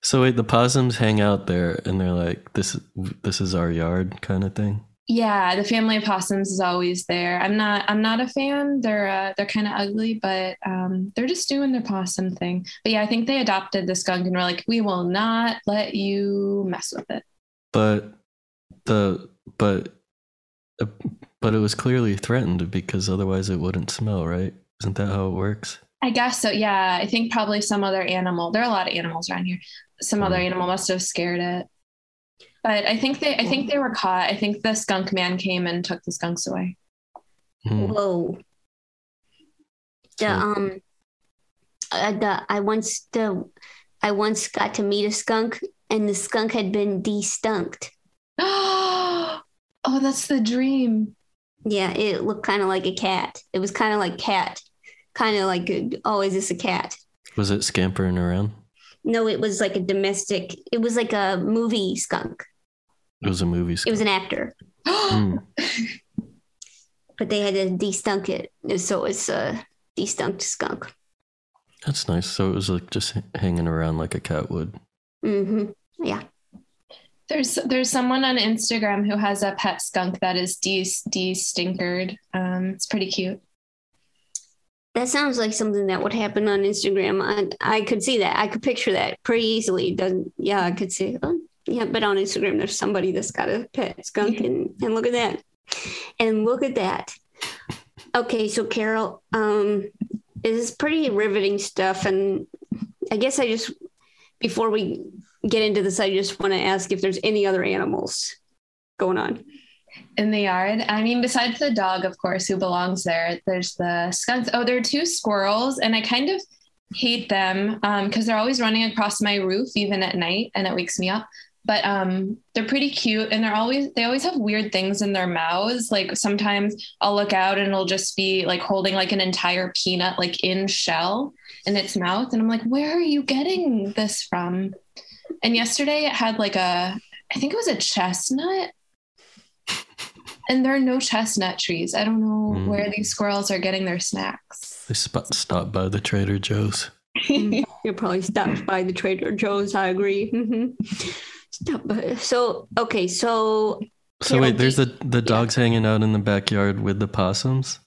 Speaker 2: So wait, the possums hang out there and they're like, this this is our yard kind of thing.
Speaker 6: Yeah, the family of possums is always there. I'm not I'm not a fan. They're uh, they're kind of ugly, but um, they're just doing their possum thing. But yeah, I think they adopted the skunk and were like, we will not let you mess with it.
Speaker 2: But the but uh, but it was clearly threatened because otherwise it wouldn't smell, right? Isn't that how it works?
Speaker 6: I guess so. Yeah, I think probably some other animal. There are a lot of animals around here. Some other animal must have scared it. But I think they I think they were caught. I think the skunk man came and took the skunks away. <gasps>
Speaker 2: Hmm.
Speaker 1: whoa. The
Speaker 2: So-
Speaker 1: um, uh, the I once the I once got to meet a skunk, and the skunk had been de-stunked.
Speaker 6: oh, that's the dream.
Speaker 1: Yeah, it looked kind of like a cat. It was kind of like cat, kind of like a- oh, is this a cat?
Speaker 2: Was it scampering around?
Speaker 1: No, it was like a domestic. It was like a movie skunk.
Speaker 2: It was a movie.
Speaker 1: It was an actor,
Speaker 2: Hmm.
Speaker 1: <gasps> but they had to de-stunk it, so it's a de-stunked skunk.
Speaker 2: That's nice. So it was like just h- hanging around like a cat would.
Speaker 1: Mm-hmm. Yeah.
Speaker 6: there's there's someone on Instagram who has a pet skunk that is de de stinkered. Um, it's pretty cute.
Speaker 1: That sounds like something that would happen on Instagram. I, I could see that. I could picture that pretty easily. Doesn't? Yeah, I could see. Oh, yeah, but on Instagram, there's somebody that's got a pet skunk, and and look at that, and look at that. Okay, so Carol, um, this is pretty riveting stuff, and I guess I just before we get into this, I just want to ask if there's any other animals going on.
Speaker 6: In the yard. I mean, besides the dog, of course, who belongs there, there's the skunks. Oh, there are two squirrels, and I kind of hate them because they're always running across my roof, even at night, and it wakes me up. But um, they're pretty cute, and they're always they always have weird things in their mouths. Like sometimes I'll look out, and it'll just be like holding like an entire peanut, like in shell, in its mouth, and I'm like, where are you getting this from? And yesterday it had like a, I think it was a chestnut and there are no chestnut trees. I don't know
Speaker 2: Mm.
Speaker 6: where these squirrels are getting their snacks.
Speaker 2: They spot, stopped by the Trader Joe's.
Speaker 1: Mm.
Speaker 6: <laughs>
Speaker 1: You're probably stopped by the Trader Joe's. I agree. Mhm. So okay, so
Speaker 2: So wait, there's the the dogs hanging out in the backyard with the possums,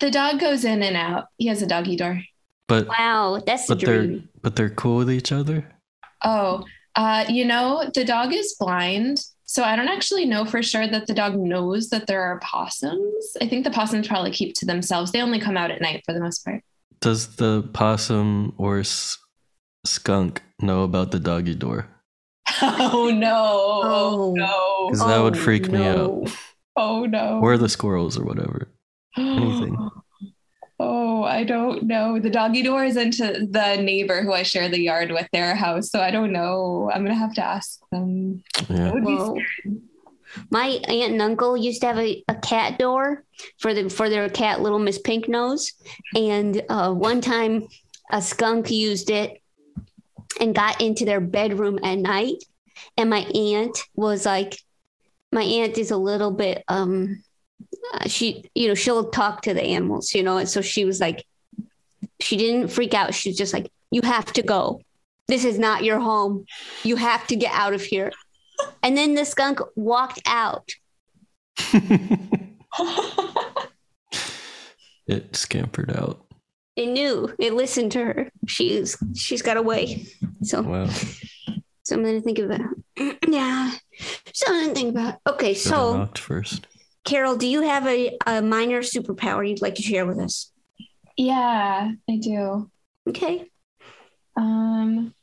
Speaker 6: The dog goes in and out. He has a doggy door.
Speaker 2: but
Speaker 1: wow, that's a
Speaker 2: but they're
Speaker 1: dream.
Speaker 2: but they're cool with each other.
Speaker 6: Oh, uh, you know, the dog is blind. So I don't actually know for sure that the dog knows that there are possums. I think the possums probably keep to themselves. They only come out at night for the most part.
Speaker 2: Does the possum or s- skunk know about the doggy door?
Speaker 6: Oh no.
Speaker 1: Oh.
Speaker 6: Oh, no.
Speaker 2: Because that would
Speaker 1: Oh,
Speaker 2: freak me out.
Speaker 1: no.
Speaker 6: Oh no. <gasps>
Speaker 2: Or the squirrels or whatever. anything.
Speaker 6: Oh, I don't know. The doggy door is into the neighbor who I share the yard with their house. So I don't know. I'm going to have to ask them.
Speaker 2: Yeah.
Speaker 6: That would be
Speaker 1: Whoa. My aunt and uncle used to have a, a cat door for the for their cat little Miss Pink Nose, and uh, one time a skunk used it and got into their bedroom at night, and my aunt was like, my aunt is a little bit um, uh, she you know she'll talk to the animals you know, and so she was like, she didn't freak out. She was just like, you have to go. This is not your home. You have to get out of here. And then the skunk walked out.
Speaker 2: it scampered out.
Speaker 1: It knew. It listened to her. She's she's got away. So
Speaker 2: Wow.
Speaker 1: something to think about. <clears throat> yeah. Something to think about. Okay,
Speaker 2: Should have
Speaker 1: so
Speaker 2: knocked first.
Speaker 1: Carol, do you have a, a minor superpower you'd like to share with us?
Speaker 6: Yeah, I do.
Speaker 1: Okay.
Speaker 6: Um,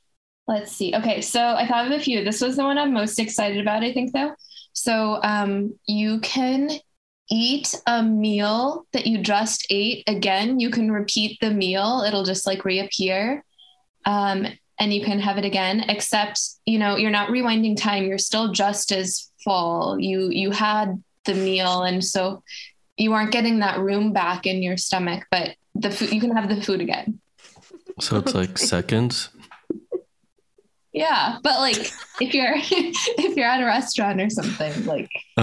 Speaker 6: let's see. Okay, so I thought of a few. This was the one I'm most excited about, I think, though. So um, you can eat a meal that you just ate again. You can repeat the meal, it'll just like reappear. Um, and you can have it again, except, you know, you're not rewinding time. You're still just as full. You you had the meal and so you aren't getting that room back in your stomach, but the food you can have the food again.
Speaker 2: So
Speaker 6: <laughs>
Speaker 2: it's like seconds.
Speaker 6: Yeah, but like if you're <laughs> if you're at a restaurant or something, like
Speaker 2: Uh,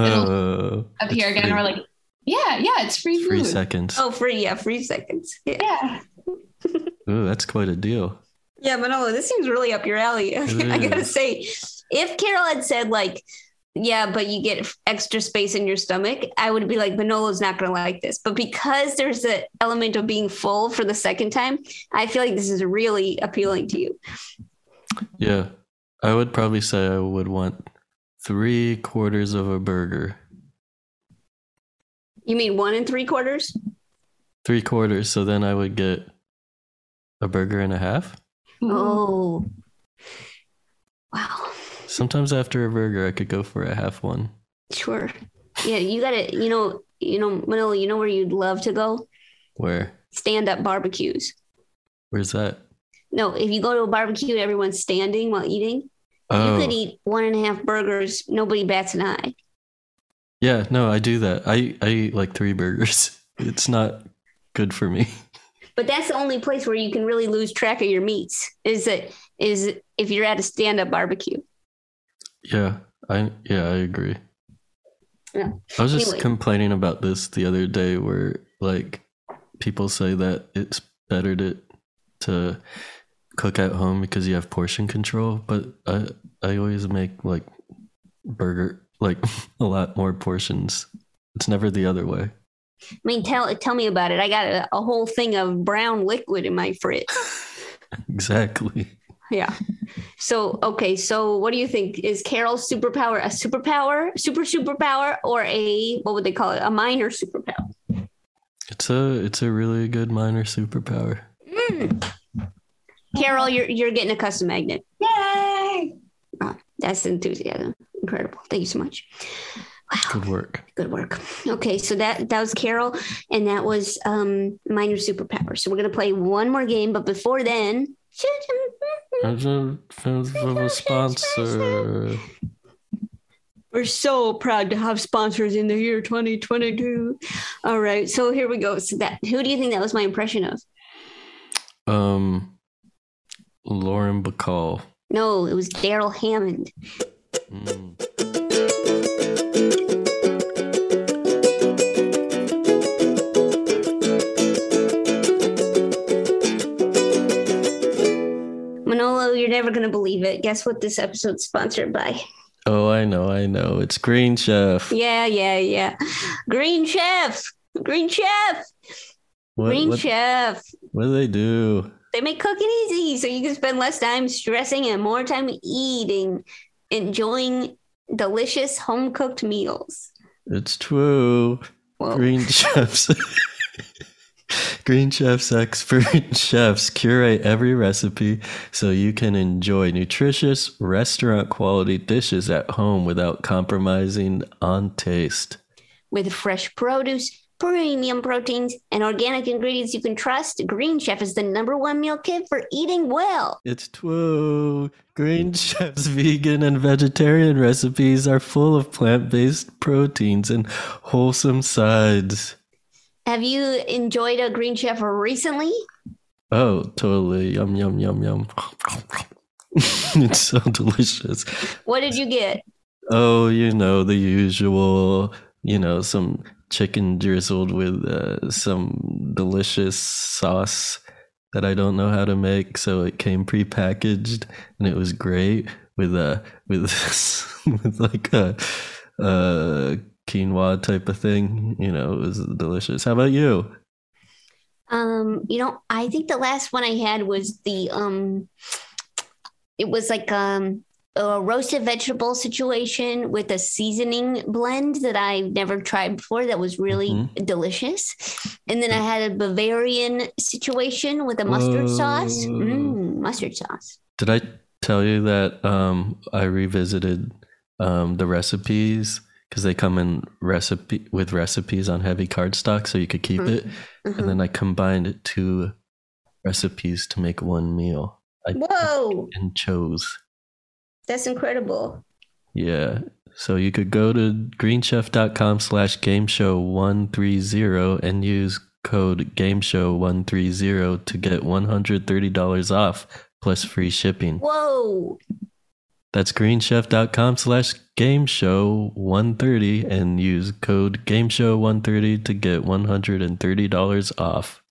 Speaker 6: up
Speaker 2: it's
Speaker 6: here again,
Speaker 2: free.
Speaker 6: we're like, yeah, yeah, it's free
Speaker 2: It's free
Speaker 6: food.
Speaker 2: seconds.
Speaker 1: Oh free, yeah, free seconds. Yeah.
Speaker 6: Yeah,
Speaker 2: Ooh, that's quite a deal.
Speaker 1: Yeah, Manolo, this seems really up your alley. <laughs> I gotta
Speaker 2: is.
Speaker 1: say, if Carol had said like, "Yeah, but you get extra space in your stomach," I would be like, Manolo's not gonna like this. But because there's the element of being full for the second time, I feel like this is really appealing to you.
Speaker 2: Yeah. I would probably say I would want three quarters of a burger.
Speaker 1: You mean one and three quarters?
Speaker 2: Three quarters. So then I would get a burger and a half.
Speaker 1: Oh, wow.
Speaker 2: Sometimes after a burger, I could go for a half one.
Speaker 1: Sure. Yeah, you gotta. You know, you know, Manolo. You know where you'd love to go?
Speaker 2: Where?
Speaker 1: Stand up barbecues.
Speaker 2: Where's that?
Speaker 1: No, if you go to a barbecue, and everyone's standing while eating. You
Speaker 2: Oh.
Speaker 1: could eat one and a half burgers. Nobody bats an eye.
Speaker 2: Yeah, no, I do that. I, I eat like three burgers. <laughs> It's not good for me. <laughs>
Speaker 1: But that's the only place where you can really lose track of your meats. Is that is if you're at a stand-up barbecue.
Speaker 2: Yeah, I yeah, I agree.
Speaker 1: Yeah.
Speaker 2: I was just
Speaker 1: Anyway.
Speaker 2: complaining about this the other day where like people say that it's better to to cook at home because you have portion control, but I I always make like burger like <laughs> a lot more portions. It's never the other way. <laughs>
Speaker 1: I mean, tell tell me about it. I got a, a whole thing of brown liquid in my fridge.
Speaker 2: Exactly.
Speaker 1: Yeah. So okay. So what do you think? Is Carol's superpower a superpower, super superpower, or a what would they call it? A minor superpower.
Speaker 2: It's a it's a really good minor superpower.
Speaker 1: Mm. Carol, you're you're getting a custom magnet. Ah,
Speaker 6: yay!
Speaker 1: That's enthusiasm. Incredible. Thank you so much.
Speaker 2: Good work.
Speaker 1: good work okay so that that was carol and that was um minor superpower so we're gonna play one more game but before then
Speaker 2: As a, as a sponsor.
Speaker 1: we're so proud to have sponsors in the year 2022 all right so here we go so that who do you think that was my impression of
Speaker 2: Um, Lauren Bacall.
Speaker 1: no it was daryl hammond
Speaker 2: Mm.
Speaker 1: manolo you're never gonna believe it guess what this episode's sponsored by
Speaker 2: Oh, I know, I know. It's Green Chef.
Speaker 1: Yeah, yeah, yeah. Green Chef. Green Chef.
Speaker 2: What,
Speaker 1: Green
Speaker 2: what,
Speaker 1: Chef.
Speaker 2: what do they do?
Speaker 1: They make cooking easy so you can spend less time stressing and more time eating, enjoying delicious home cooked meals.
Speaker 2: It's true.
Speaker 1: Whoa.
Speaker 2: Green <laughs> chefs. Green chefs, expert <laughs> chefs curate every recipe so you can enjoy nutritious, restaurant quality dishes at home without compromising on taste.
Speaker 1: With fresh produce, premium proteins, and organic ingredients you can trust, Green Chef is the number one meal kit for eating well.
Speaker 2: It's true. Green <laughs> Chef's vegan and vegetarian recipes are full of plant based proteins and wholesome sides.
Speaker 1: Have you enjoyed a Green Chef recently?
Speaker 2: Oh, totally. Yum, yum, yum, yum. <laughs> it's so delicious.
Speaker 1: What did you get?
Speaker 2: Oh, you know, the usual, you know, some chicken drizzled with uh, some delicious sauce that I don't know how to make. So it came prepackaged and it was great with uh, with, <laughs> with like a, a quinoa type of thing. You know, it was delicious. How about you?
Speaker 1: Um, you know, I think the last one I had was the um it was like um a roasted vegetable situation with a seasoning blend that I've never tried before that was really
Speaker 2: Mhm.
Speaker 1: delicious. And then I had a Bavarian situation with a mustard sauce.
Speaker 2: Whoa.
Speaker 1: Mm, mustard sauce.
Speaker 2: Did I tell you that um, I revisited um, the recipes because they come in recipe with recipes on heavy cardstock, so you could keep it.
Speaker 1: Uh-huh.
Speaker 2: And then I combined two recipes to make one meal
Speaker 1: Whoa,
Speaker 2: and chose.
Speaker 1: that's incredible.
Speaker 2: Yeah. So you could go to greenchef.com slash game show 130 and use code game show 130 to get $130 off plus free shipping.
Speaker 1: Whoa.
Speaker 2: That's greenchef.com slash game show 130 and use code game show 130 to get $130 off.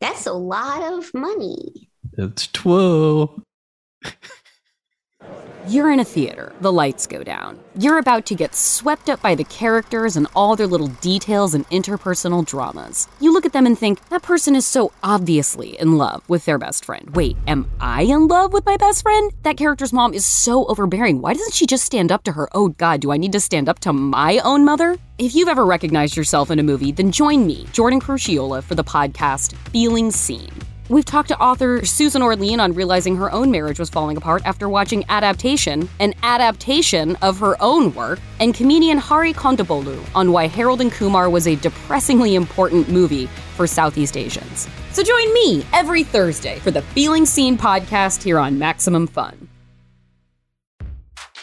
Speaker 1: That's a lot of money.
Speaker 2: It's twelve.
Speaker 7: You're in a theater. The lights go down. You're about to get swept up by the characters and all their little details and interpersonal dramas. You look at them and think, that person is so obviously in love with their best friend. Wait, am I in love with my best friend? That character's mom is so overbearing. Why doesn't she just stand up to her? Oh God, do I need to stand up to my own mother? If you've ever recognized yourself in a movie, then join me, Jordan Cruciola, for the podcast Feeling Seen. We've talked to author Susan Orlean on realizing her own marriage was falling apart after watching Adaptation, an adaptation of her own work, and comedian Hari Kondabolu on why Harold and Kumar was a depressingly important movie for Southeast Asians. So join me every Thursday for the Feeling Seen podcast here on Maximum Fun.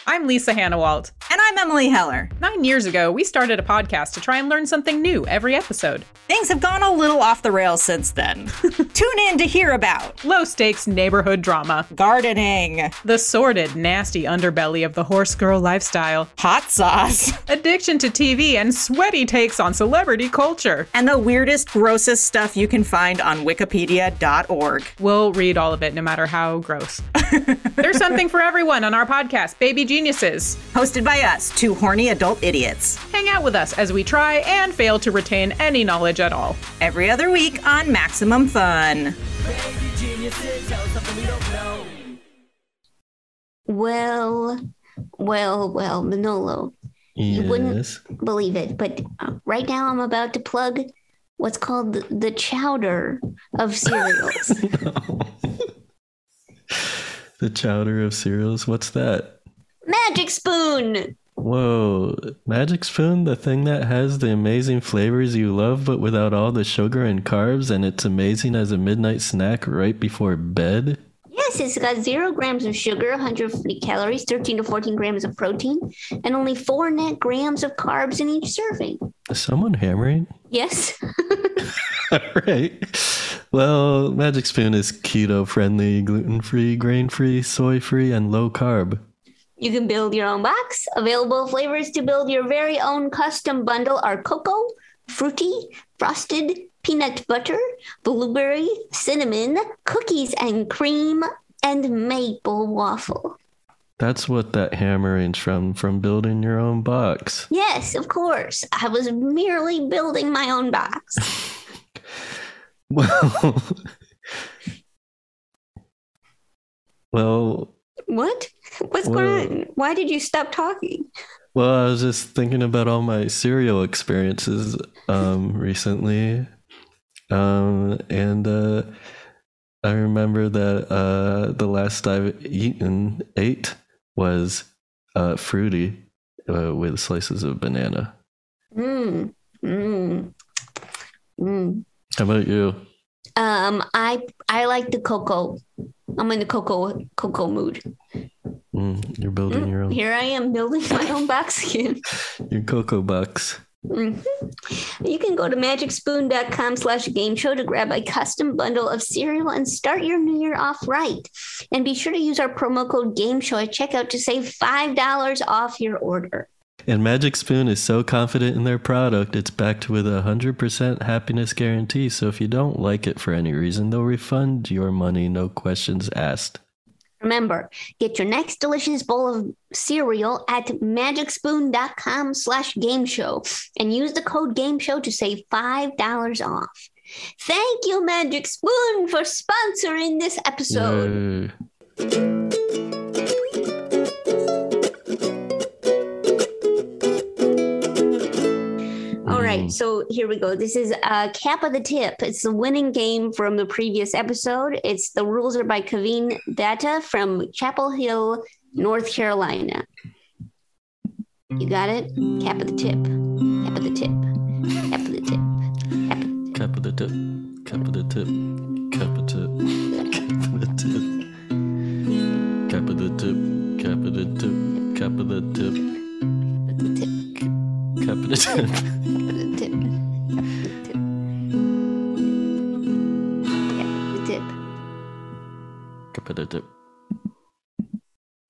Speaker 8: I'm Lisa Hannah Walt.
Speaker 9: And I'm Emily Heller.
Speaker 8: Nine years ago, we started a podcast to try and learn something new every episode.
Speaker 9: Things have gone a little off the rails since then.
Speaker 8: <laughs>
Speaker 9: Tune in to hear about
Speaker 8: Low stakes neighborhood drama,
Speaker 9: gardening,
Speaker 8: the sordid, nasty underbelly of the horse girl lifestyle,
Speaker 9: hot sauce,
Speaker 8: addiction to TV, and sweaty takes on celebrity culture.
Speaker 9: and the weirdest, grossest stuff you can find on wikipedia.org.
Speaker 8: We'll read all of it, no matter how gross. There's something for everyone on our podcast, Baby Geniuses.
Speaker 9: Hosted by us, two horny adult idiots,
Speaker 8: Hang out with us as we try and fail to retain any knowledge at all.
Speaker 9: every other week on Maximum Fun.
Speaker 1: Well, well, well, Manolo,
Speaker 2: Yes.
Speaker 1: wouldn't- believe it, but uh, right now I'm about to plug what's called the, the chowder of cereals.
Speaker 2: the chowder of cereals. What's that?
Speaker 1: Magic spoon.
Speaker 2: Whoa. Magic Spoon, the thing that has the amazing flavors you love, but without all the sugar and carbs, and it's amazing as a midnight snack right before bed?
Speaker 1: Yes, it's got zero grams of sugar, 150 calories, 13 to 14 grams of protein, and only four net grams of carbs in each serving.
Speaker 2: Is someone hammering? <laughs>
Speaker 1: Yes.
Speaker 2: All right. Well, Magic Spoon is keto friendly, gluten free, grain free, soy free, and low carb.
Speaker 1: You can build your own box. Available flavors to build your very own custom bundle are cocoa, fruity, frosted, peanut butter, blueberry, cinnamon, cookies and cream, and maple waffle.
Speaker 2: That's what that hammering's from, from building your own box. <laughs>
Speaker 1: Yes, of course. I was merely building my own box. <laughs>
Speaker 2: Well, well,
Speaker 1: What? What's
Speaker 2: Well-
Speaker 1: going on? Why did you stop talking?
Speaker 2: well, I was just thinking about all my cereal experiences um, recently. Um, and uh, I remember that uh, the last I've eaten, ate, was uh, fruity uh, with slices of banana.
Speaker 1: Mm, mm, mm.
Speaker 2: How about you?
Speaker 1: Um, I I like the cocoa. I'm in the cocoa cocoa mood.
Speaker 2: Mm, you're building your own,
Speaker 1: Here I am building my own box again.
Speaker 2: your cocoa box.
Speaker 1: Mhm. You can go to magicspoon.com slash game show to grab a custom bundle of cereal and start your new year off right. And be sure to use our promo code game show at checkout to save $5 off your order.
Speaker 2: And Magic Spoon is so confident in their product, it's backed with a 100% happiness guarantee. So if you don't like it for any reason, they'll refund your money, no questions asked.
Speaker 1: Remember, get your next delicious bowl of cereal at magicspoon.com slash game show and use the code game show to save $5 off. Thank you, Magic Spoon, for sponsoring this episode.
Speaker 2: Yay.
Speaker 1: All right,
Speaker 2: Mm.
Speaker 1: so here we go. This is uh, Cap of the Tip. It's the winning game from the previous episode. It's the rules are by Kaveen Datta from Chapel Hill, North Carolina. You got it? Cap of the Tip. Cap of the Tip. Cap of the Tip. Cap of the
Speaker 2: Cup of the tip, cup of the tip, cup of the tip, <laughs> cup of the tip, cup of the tip, cup of the tip, cup of the tip,
Speaker 1: Tip.
Speaker 2: cup
Speaker 1: Cap of the Tip. Cap of the Tip. Cap of the Tip.
Speaker 2: of the tip. Cup of the tip.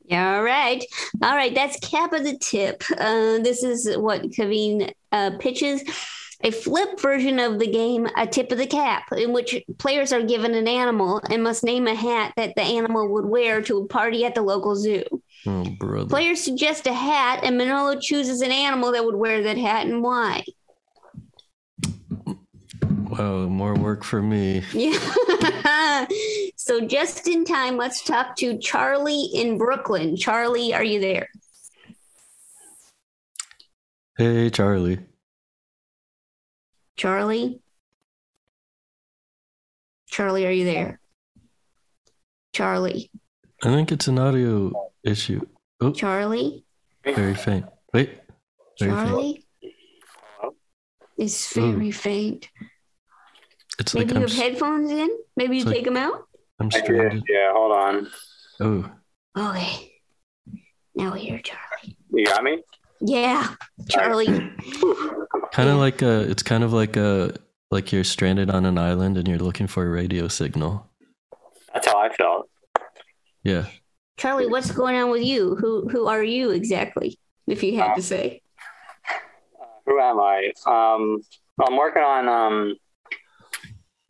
Speaker 1: Yeah, all right. All right, that's cap of the tip. Uh, this is what Kaveen uh, pitches a flip version of the game, A Tip of the Cap, in which players are given an animal and must name a hat that the animal would wear to a party at the local zoo.
Speaker 2: Oh, brother.
Speaker 1: Players suggest a hat, and Manolo chooses an animal that would wear that hat and why. <laughs>
Speaker 2: Wow, more work for me.
Speaker 1: Yeah. so, just in time, let's talk to Charlie in Brooklyn. Charlie, are you there?
Speaker 2: Hey, Charlie.
Speaker 1: Charlie? Charlie, are you there? Charlie,
Speaker 2: I think it's an audio issue. Oh,
Speaker 1: Charlie,
Speaker 2: very faint. Wait. Very faint. Oh.
Speaker 1: Charlie? It's very faint.
Speaker 2: It's
Speaker 1: Maybe
Speaker 2: like
Speaker 1: you
Speaker 2: I'm,
Speaker 1: have
Speaker 2: s-
Speaker 1: headphones in? Maybe you
Speaker 2: It's like-
Speaker 1: take them out?
Speaker 2: I'm
Speaker 10: I did,
Speaker 2: stranded.
Speaker 10: yeah, hold on.
Speaker 2: Oh,
Speaker 1: Okay. Now we hear Charlie.
Speaker 10: You got me?
Speaker 1: Yeah, Charlie.
Speaker 2: kind of like a. It's kind of like a like you're stranded on an island and you're looking for a radio signal.
Speaker 10: That's how I felt.
Speaker 2: Yeah.
Speaker 1: Charlie, what's going on with you? Who who are you exactly? If you had to say.
Speaker 10: Who am I? Um, I'm working on um,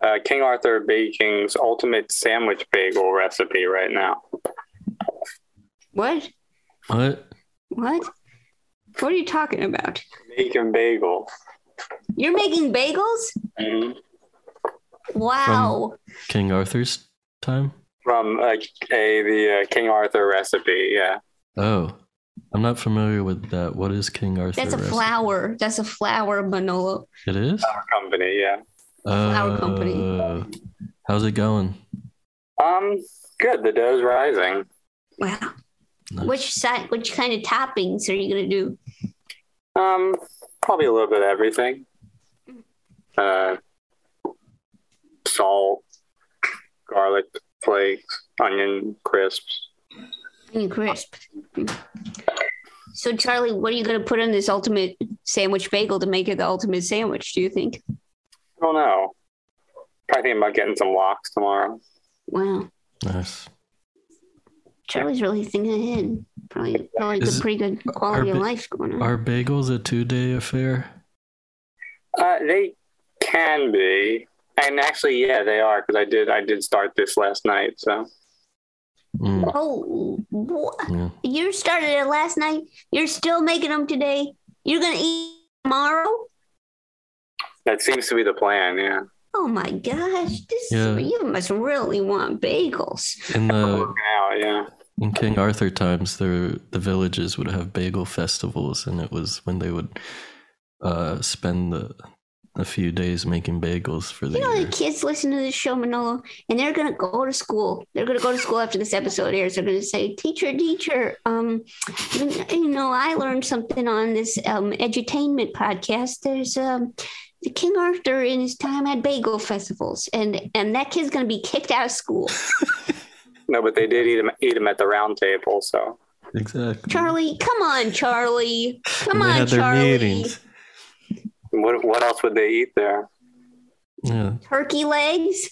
Speaker 10: uh, King Arthur Baking's ultimate sandwich bagel recipe right now.
Speaker 1: What?
Speaker 2: What?
Speaker 1: What? What are you talking about?
Speaker 10: Bacon bagel.
Speaker 1: You're making bagels?
Speaker 2: Mm-hmm.
Speaker 10: hmm
Speaker 1: Wow.
Speaker 2: King Arthur's time?
Speaker 10: From uh, a, the uh, King Arthur recipe, yeah.
Speaker 2: Oh, I'm not familiar with that. What is King Arthur?
Speaker 1: That's a
Speaker 2: rest-
Speaker 1: flower. That's a flower, Manolo.
Speaker 2: It is.
Speaker 10: Our company, yeah.
Speaker 1: flower company.
Speaker 2: Uh, How's it going?
Speaker 10: Um, good. The dough's rising.
Speaker 1: Wow.
Speaker 2: Nice.
Speaker 1: Which side? Which kind of toppings are you gonna do?
Speaker 10: Um, probably a little bit of everything. Uh, salt, garlic flakes, onion crisps.
Speaker 1: Onion crisp. So Charlie, what are you gonna put on this ultimate sandwich bagel to make it the ultimate sandwich? Do you think?
Speaker 10: I don't know. Probably thinking about getting some locks tomorrow.
Speaker 1: Wow,
Speaker 2: Nice.
Speaker 1: Charlie's really thinking ahead. Probably, probably
Speaker 2: Is-
Speaker 1: a pretty good quality
Speaker 2: are
Speaker 1: of
Speaker 2: bi-
Speaker 1: life going on.
Speaker 2: Are bagels a two-day affair?
Speaker 10: Uh, they can be, and actually, yeah, they are because I did. I did start this last night. So
Speaker 2: Mm,
Speaker 1: Oh, wha-
Speaker 2: yeah.
Speaker 1: you started it last night. You're still making them today. You're going to eat tomorrow?
Speaker 10: That seems to be the plan. Yeah.
Speaker 1: Oh my gosh. This
Speaker 2: Yeah.
Speaker 1: you must really want bagels.
Speaker 2: In the
Speaker 10: Working out. Yeah.
Speaker 2: in King Arthur times, the the villages would have bagel festivals, and it was when they would uh, spend the a few days making bagels for the
Speaker 1: You know,
Speaker 2: year.
Speaker 1: the kids listen to this show, Manolo, and they're going to go to school. They're going to go to school after this episode airs. They're going to say, "Teacher, teacher, um, you know, I learned something on this um, edutainment podcast. There's um, the King Arthur in his time had bagel festivals, and and that kid's going to be kicked out of
Speaker 2: <laughs>
Speaker 1: school.
Speaker 10: No, but they did eat them, eat 'em at the round table. So
Speaker 2: Exactly.
Speaker 1: Charlie, come on, Charlie, come
Speaker 2: And they
Speaker 1: on,
Speaker 2: had their
Speaker 1: Charlie.
Speaker 2: meetings.
Speaker 10: what what else would they eat there?
Speaker 2: Yeah,
Speaker 1: Turkey legs.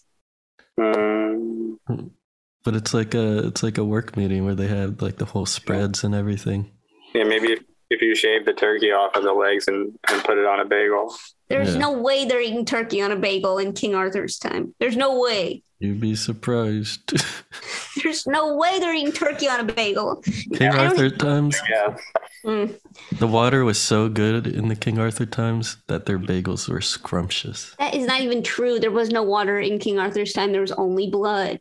Speaker 10: Mm,
Speaker 2: but it's like a it's like a work meeting where they have like the whole spreads and everything.
Speaker 10: yeah, maybe if, if you shave the turkey off of the legs and, and put it on a bagel.
Speaker 1: There's
Speaker 2: Yeah.
Speaker 1: no way they're eating turkey on a bagel in King Arthur's time. There's no way."
Speaker 2: You'd be surprised. <laughs>
Speaker 1: There's no way they're eating turkey on a bagel.
Speaker 2: King
Speaker 1: I don't-
Speaker 2: Arthur times,
Speaker 10: Yeah.
Speaker 1: Mm.
Speaker 2: the water was so good in the King Arthur times that their bagels were scrumptious.
Speaker 1: That is not even true. There was no water in King Arthur's time. There was only blood.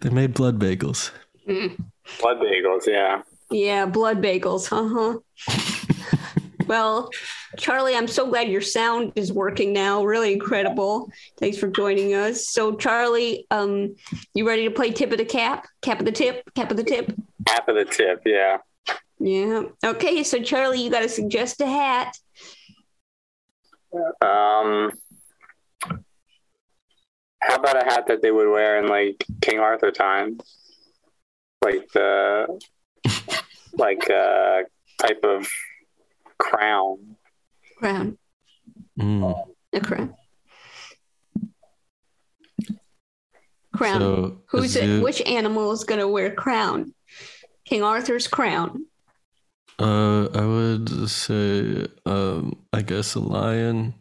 Speaker 2: They made blood bagels.
Speaker 1: Mm.
Speaker 10: Blood bagels. Yeah.
Speaker 1: Yeah, blood bagels. Uh <laughs> huh. well, Charlie, I'm so glad your sound is working now. Really incredible. Thanks for joining us. So, Charlie, um, you ready to play tip of the cap? Cap of the tip? Cap of the tip?
Speaker 10: Half of the tip. Yeah.
Speaker 1: Yeah. Okay. So, Charlie, you got to suggest a hat.
Speaker 10: Um, how about a hat that they would wear in like King Arthur times, like
Speaker 1: <laughs>
Speaker 10: the like uh, type of crown?
Speaker 1: Crown.
Speaker 2: Mm.
Speaker 1: A crown. Crown.
Speaker 2: So a
Speaker 1: Who's it?
Speaker 2: zoo-
Speaker 1: Which animal is going to wear crown? King Arthur's crown.
Speaker 2: Uh, I would say, um, I guess a lion,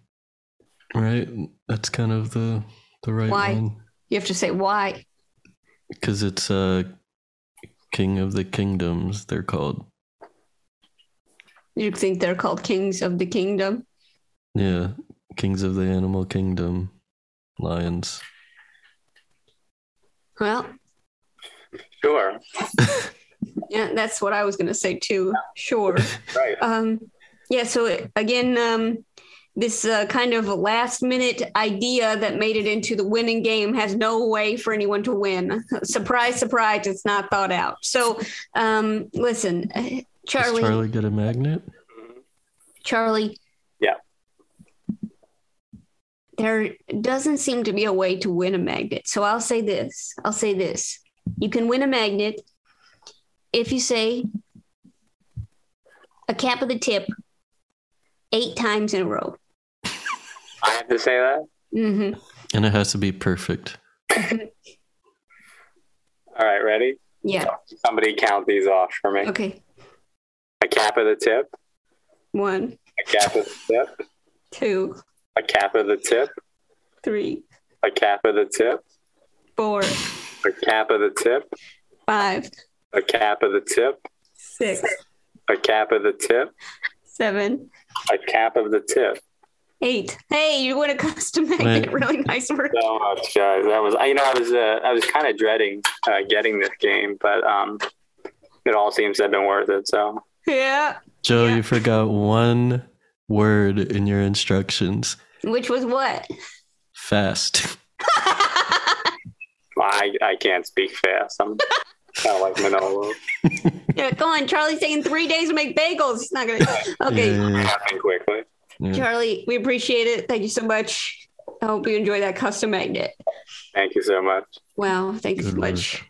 Speaker 2: right? That's kind of the the right
Speaker 1: Why?
Speaker 2: one
Speaker 1: You have to say why.
Speaker 2: because it's uh, king of the kingdoms. They're called.
Speaker 1: You think they're called kings of the kingdom?
Speaker 2: Yeah, kings of the animal kingdom, lions.
Speaker 1: Well,
Speaker 10: Sure.
Speaker 1: yeah, that's what I was going to say too. Sure.
Speaker 10: Right.
Speaker 1: Um, yeah. So again, um, this uh, kind of last minute idea that made it into the winning game has no way for anyone to win. <laughs> Surprise, surprise! It's not thought out. So, um, listen, uh,
Speaker 2: Does
Speaker 1: Charlie.
Speaker 2: Charlie get a magnet?
Speaker 1: Charlie.
Speaker 10: Yeah.
Speaker 1: There doesn't seem to be a way to win a magnet. So I'll say this. I'll say this. You can win a magnet if you say a cap of the tip eight times in a row.
Speaker 10: I have to say that.
Speaker 1: hmm
Speaker 2: And it has to be perfect.
Speaker 10: All right. Ready?
Speaker 1: <coughs> Yeah.
Speaker 10: Somebody count these off for me.
Speaker 1: Okay.
Speaker 10: A cap of the tip.
Speaker 1: One,
Speaker 10: A cap of the tip.
Speaker 1: two,
Speaker 10: A cap of the tip.
Speaker 1: three,
Speaker 10: A cap of the tip.
Speaker 1: four,
Speaker 10: A cap of the tip.
Speaker 1: five,
Speaker 10: A cap of the tip.
Speaker 1: six,
Speaker 10: A cap of the tip.
Speaker 1: seven,
Speaker 10: A cap of the tip.
Speaker 1: eight. Hey, you win a custom <laughs> magnet.
Speaker 2: Wait.
Speaker 1: Really nice work.
Speaker 10: so much, guys. That was, I- you know, I was, uh, I was kind of dreading uh, getting this game, but um, it all seems to have been worth it. So
Speaker 1: Yeah.
Speaker 2: Joe,
Speaker 1: Yeah.
Speaker 2: you forgot one word in your instructions.
Speaker 1: Which was what?
Speaker 2: Fast.
Speaker 10: I, I can't speak fast. I'm kind of like Manolo.
Speaker 1: Yeah, go on. Charlie's taking three days to make bagels. It's not
Speaker 10: <laughs>
Speaker 1: gonna. <laughs> Okay,
Speaker 2: Yeah, yeah,
Speaker 10: Happen quickly.
Speaker 2: yeah.
Speaker 1: Charlie, we appreciate it. Thank you so much. I hope you enjoy that custom magnet.
Speaker 10: Thank you so much.
Speaker 1: Wow, thank you so
Speaker 2: Good work.
Speaker 1: much.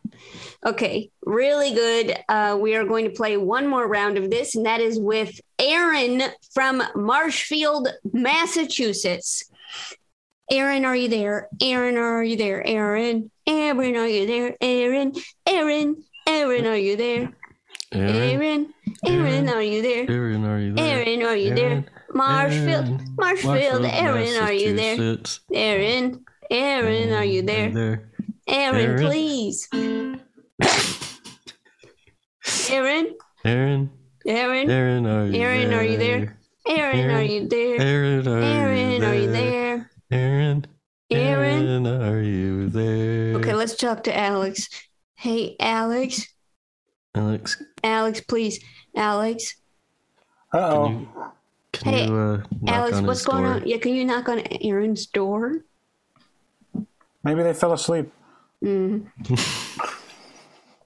Speaker 1: Okay, really good. Uh, we are going to play one more round of this, and that is with Aaron from Marshfield, Massachusetts. Aaron, are you there? Aaron, are you there? Aaron, Aaron, are you there? Aaron, Aaron, Aaron, are you there?
Speaker 2: Aaron,
Speaker 1: Aaron, Aaron,
Speaker 2: Aaron.
Speaker 1: are you there?
Speaker 2: Aaron, are you there?
Speaker 1: Aaron, are you there?
Speaker 2: Aaron,
Speaker 1: Marshfield,
Speaker 2: Aaron,
Speaker 1: Marshfield, Aaron, are you there?
Speaker 2: Massachusetts.
Speaker 1: Aaron, Aaron, are you there? Aaron,
Speaker 2: Aaron.
Speaker 1: please. Aaron,
Speaker 2: Aaron,
Speaker 1: Aaron,
Speaker 2: Aaron, are you
Speaker 1: Aaron,
Speaker 2: there?
Speaker 1: are you there? Aaron, are you there?
Speaker 2: Aaron, are
Speaker 1: Aaron,
Speaker 2: you
Speaker 1: are you there?
Speaker 2: there? Aaron,
Speaker 1: Aaron.
Speaker 2: are you there?
Speaker 1: Okay, let's talk to Alex. Hey, Alex.
Speaker 2: Alex,
Speaker 1: Alex, please. Alex.
Speaker 2: can you, can
Speaker 1: <laughs> Hey,
Speaker 2: you uh, knock
Speaker 1: Alex,
Speaker 2: on
Speaker 1: what's
Speaker 2: his
Speaker 1: going
Speaker 2: door?
Speaker 1: on? Yeah, can you knock on Aaron's door?
Speaker 11: Maybe they fell asleep.
Speaker 1: Mm.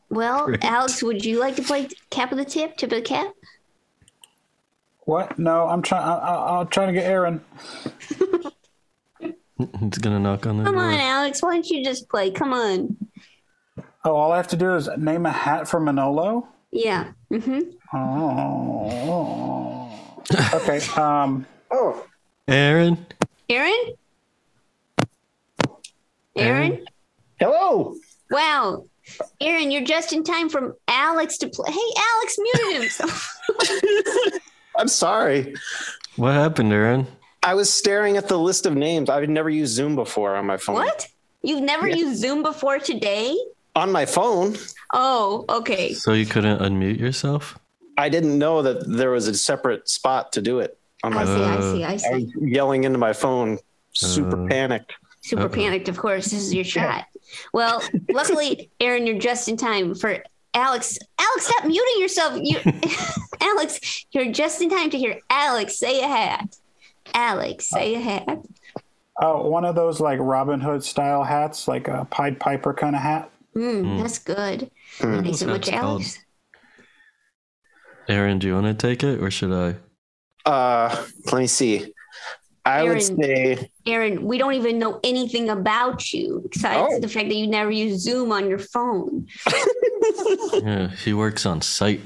Speaker 1: well,
Speaker 11: Great.
Speaker 1: Alex, would you like to play Cap of the Tip, Tip of the Cap?
Speaker 11: What? No, I'm trying. I'm trying to get Aaron.
Speaker 2: <laughs> He's gonna knock on the
Speaker 1: Come
Speaker 2: door.
Speaker 1: on, Alex, why don't you just play? Come on.
Speaker 11: Oh, all I have to do is name a hat for Manolo.
Speaker 1: Yeah. hmm
Speaker 11: Oh. Okay. Um. Oh.
Speaker 2: Aaron,
Speaker 1: Aaron? Aaron?
Speaker 11: Hello.
Speaker 1: Wow. Aaron, you're just in time from Alex to play. Hey, Alex muted himself.
Speaker 12: I'm sorry.
Speaker 2: What happened, Aaron?
Speaker 12: I was staring at the list of names. I've never used Zoom before on my phone.
Speaker 1: what? You've never
Speaker 12: Yeah.
Speaker 1: used Zoom before today?
Speaker 12: On my phone,
Speaker 1: Oh, okay.
Speaker 2: so you couldn't unmute yourself?
Speaker 12: I didn't know that there was a separate spot to do it on my
Speaker 1: I see,
Speaker 12: phone.
Speaker 1: I see, I see.
Speaker 12: was yelling into my phone, super
Speaker 2: Uh,
Speaker 12: panicked.
Speaker 1: Super panicked, of course. This is your shot. Well, luckily, Aaron, you're just in time for Alex. Alex, stop muting yourself. You, Alex, you're just in time to hear Alex say a hat. Alex, say a hat.
Speaker 11: Oh, one of those like Robin Hood style hats, like a Pied Piper kind of hat.
Speaker 1: Mm,
Speaker 2: Mm.
Speaker 1: That's good.
Speaker 12: Mm.
Speaker 1: Thanks so
Speaker 2: That's
Speaker 1: much, Alex.
Speaker 2: Aaron, do you want to take it or should I?
Speaker 12: Uh, let me see. I would
Speaker 1: Aaron.
Speaker 12: say
Speaker 1: Aaron, we don't even know anything about you besides the fact that you never use Zoom on your phone.
Speaker 2: Yeah, he works on site.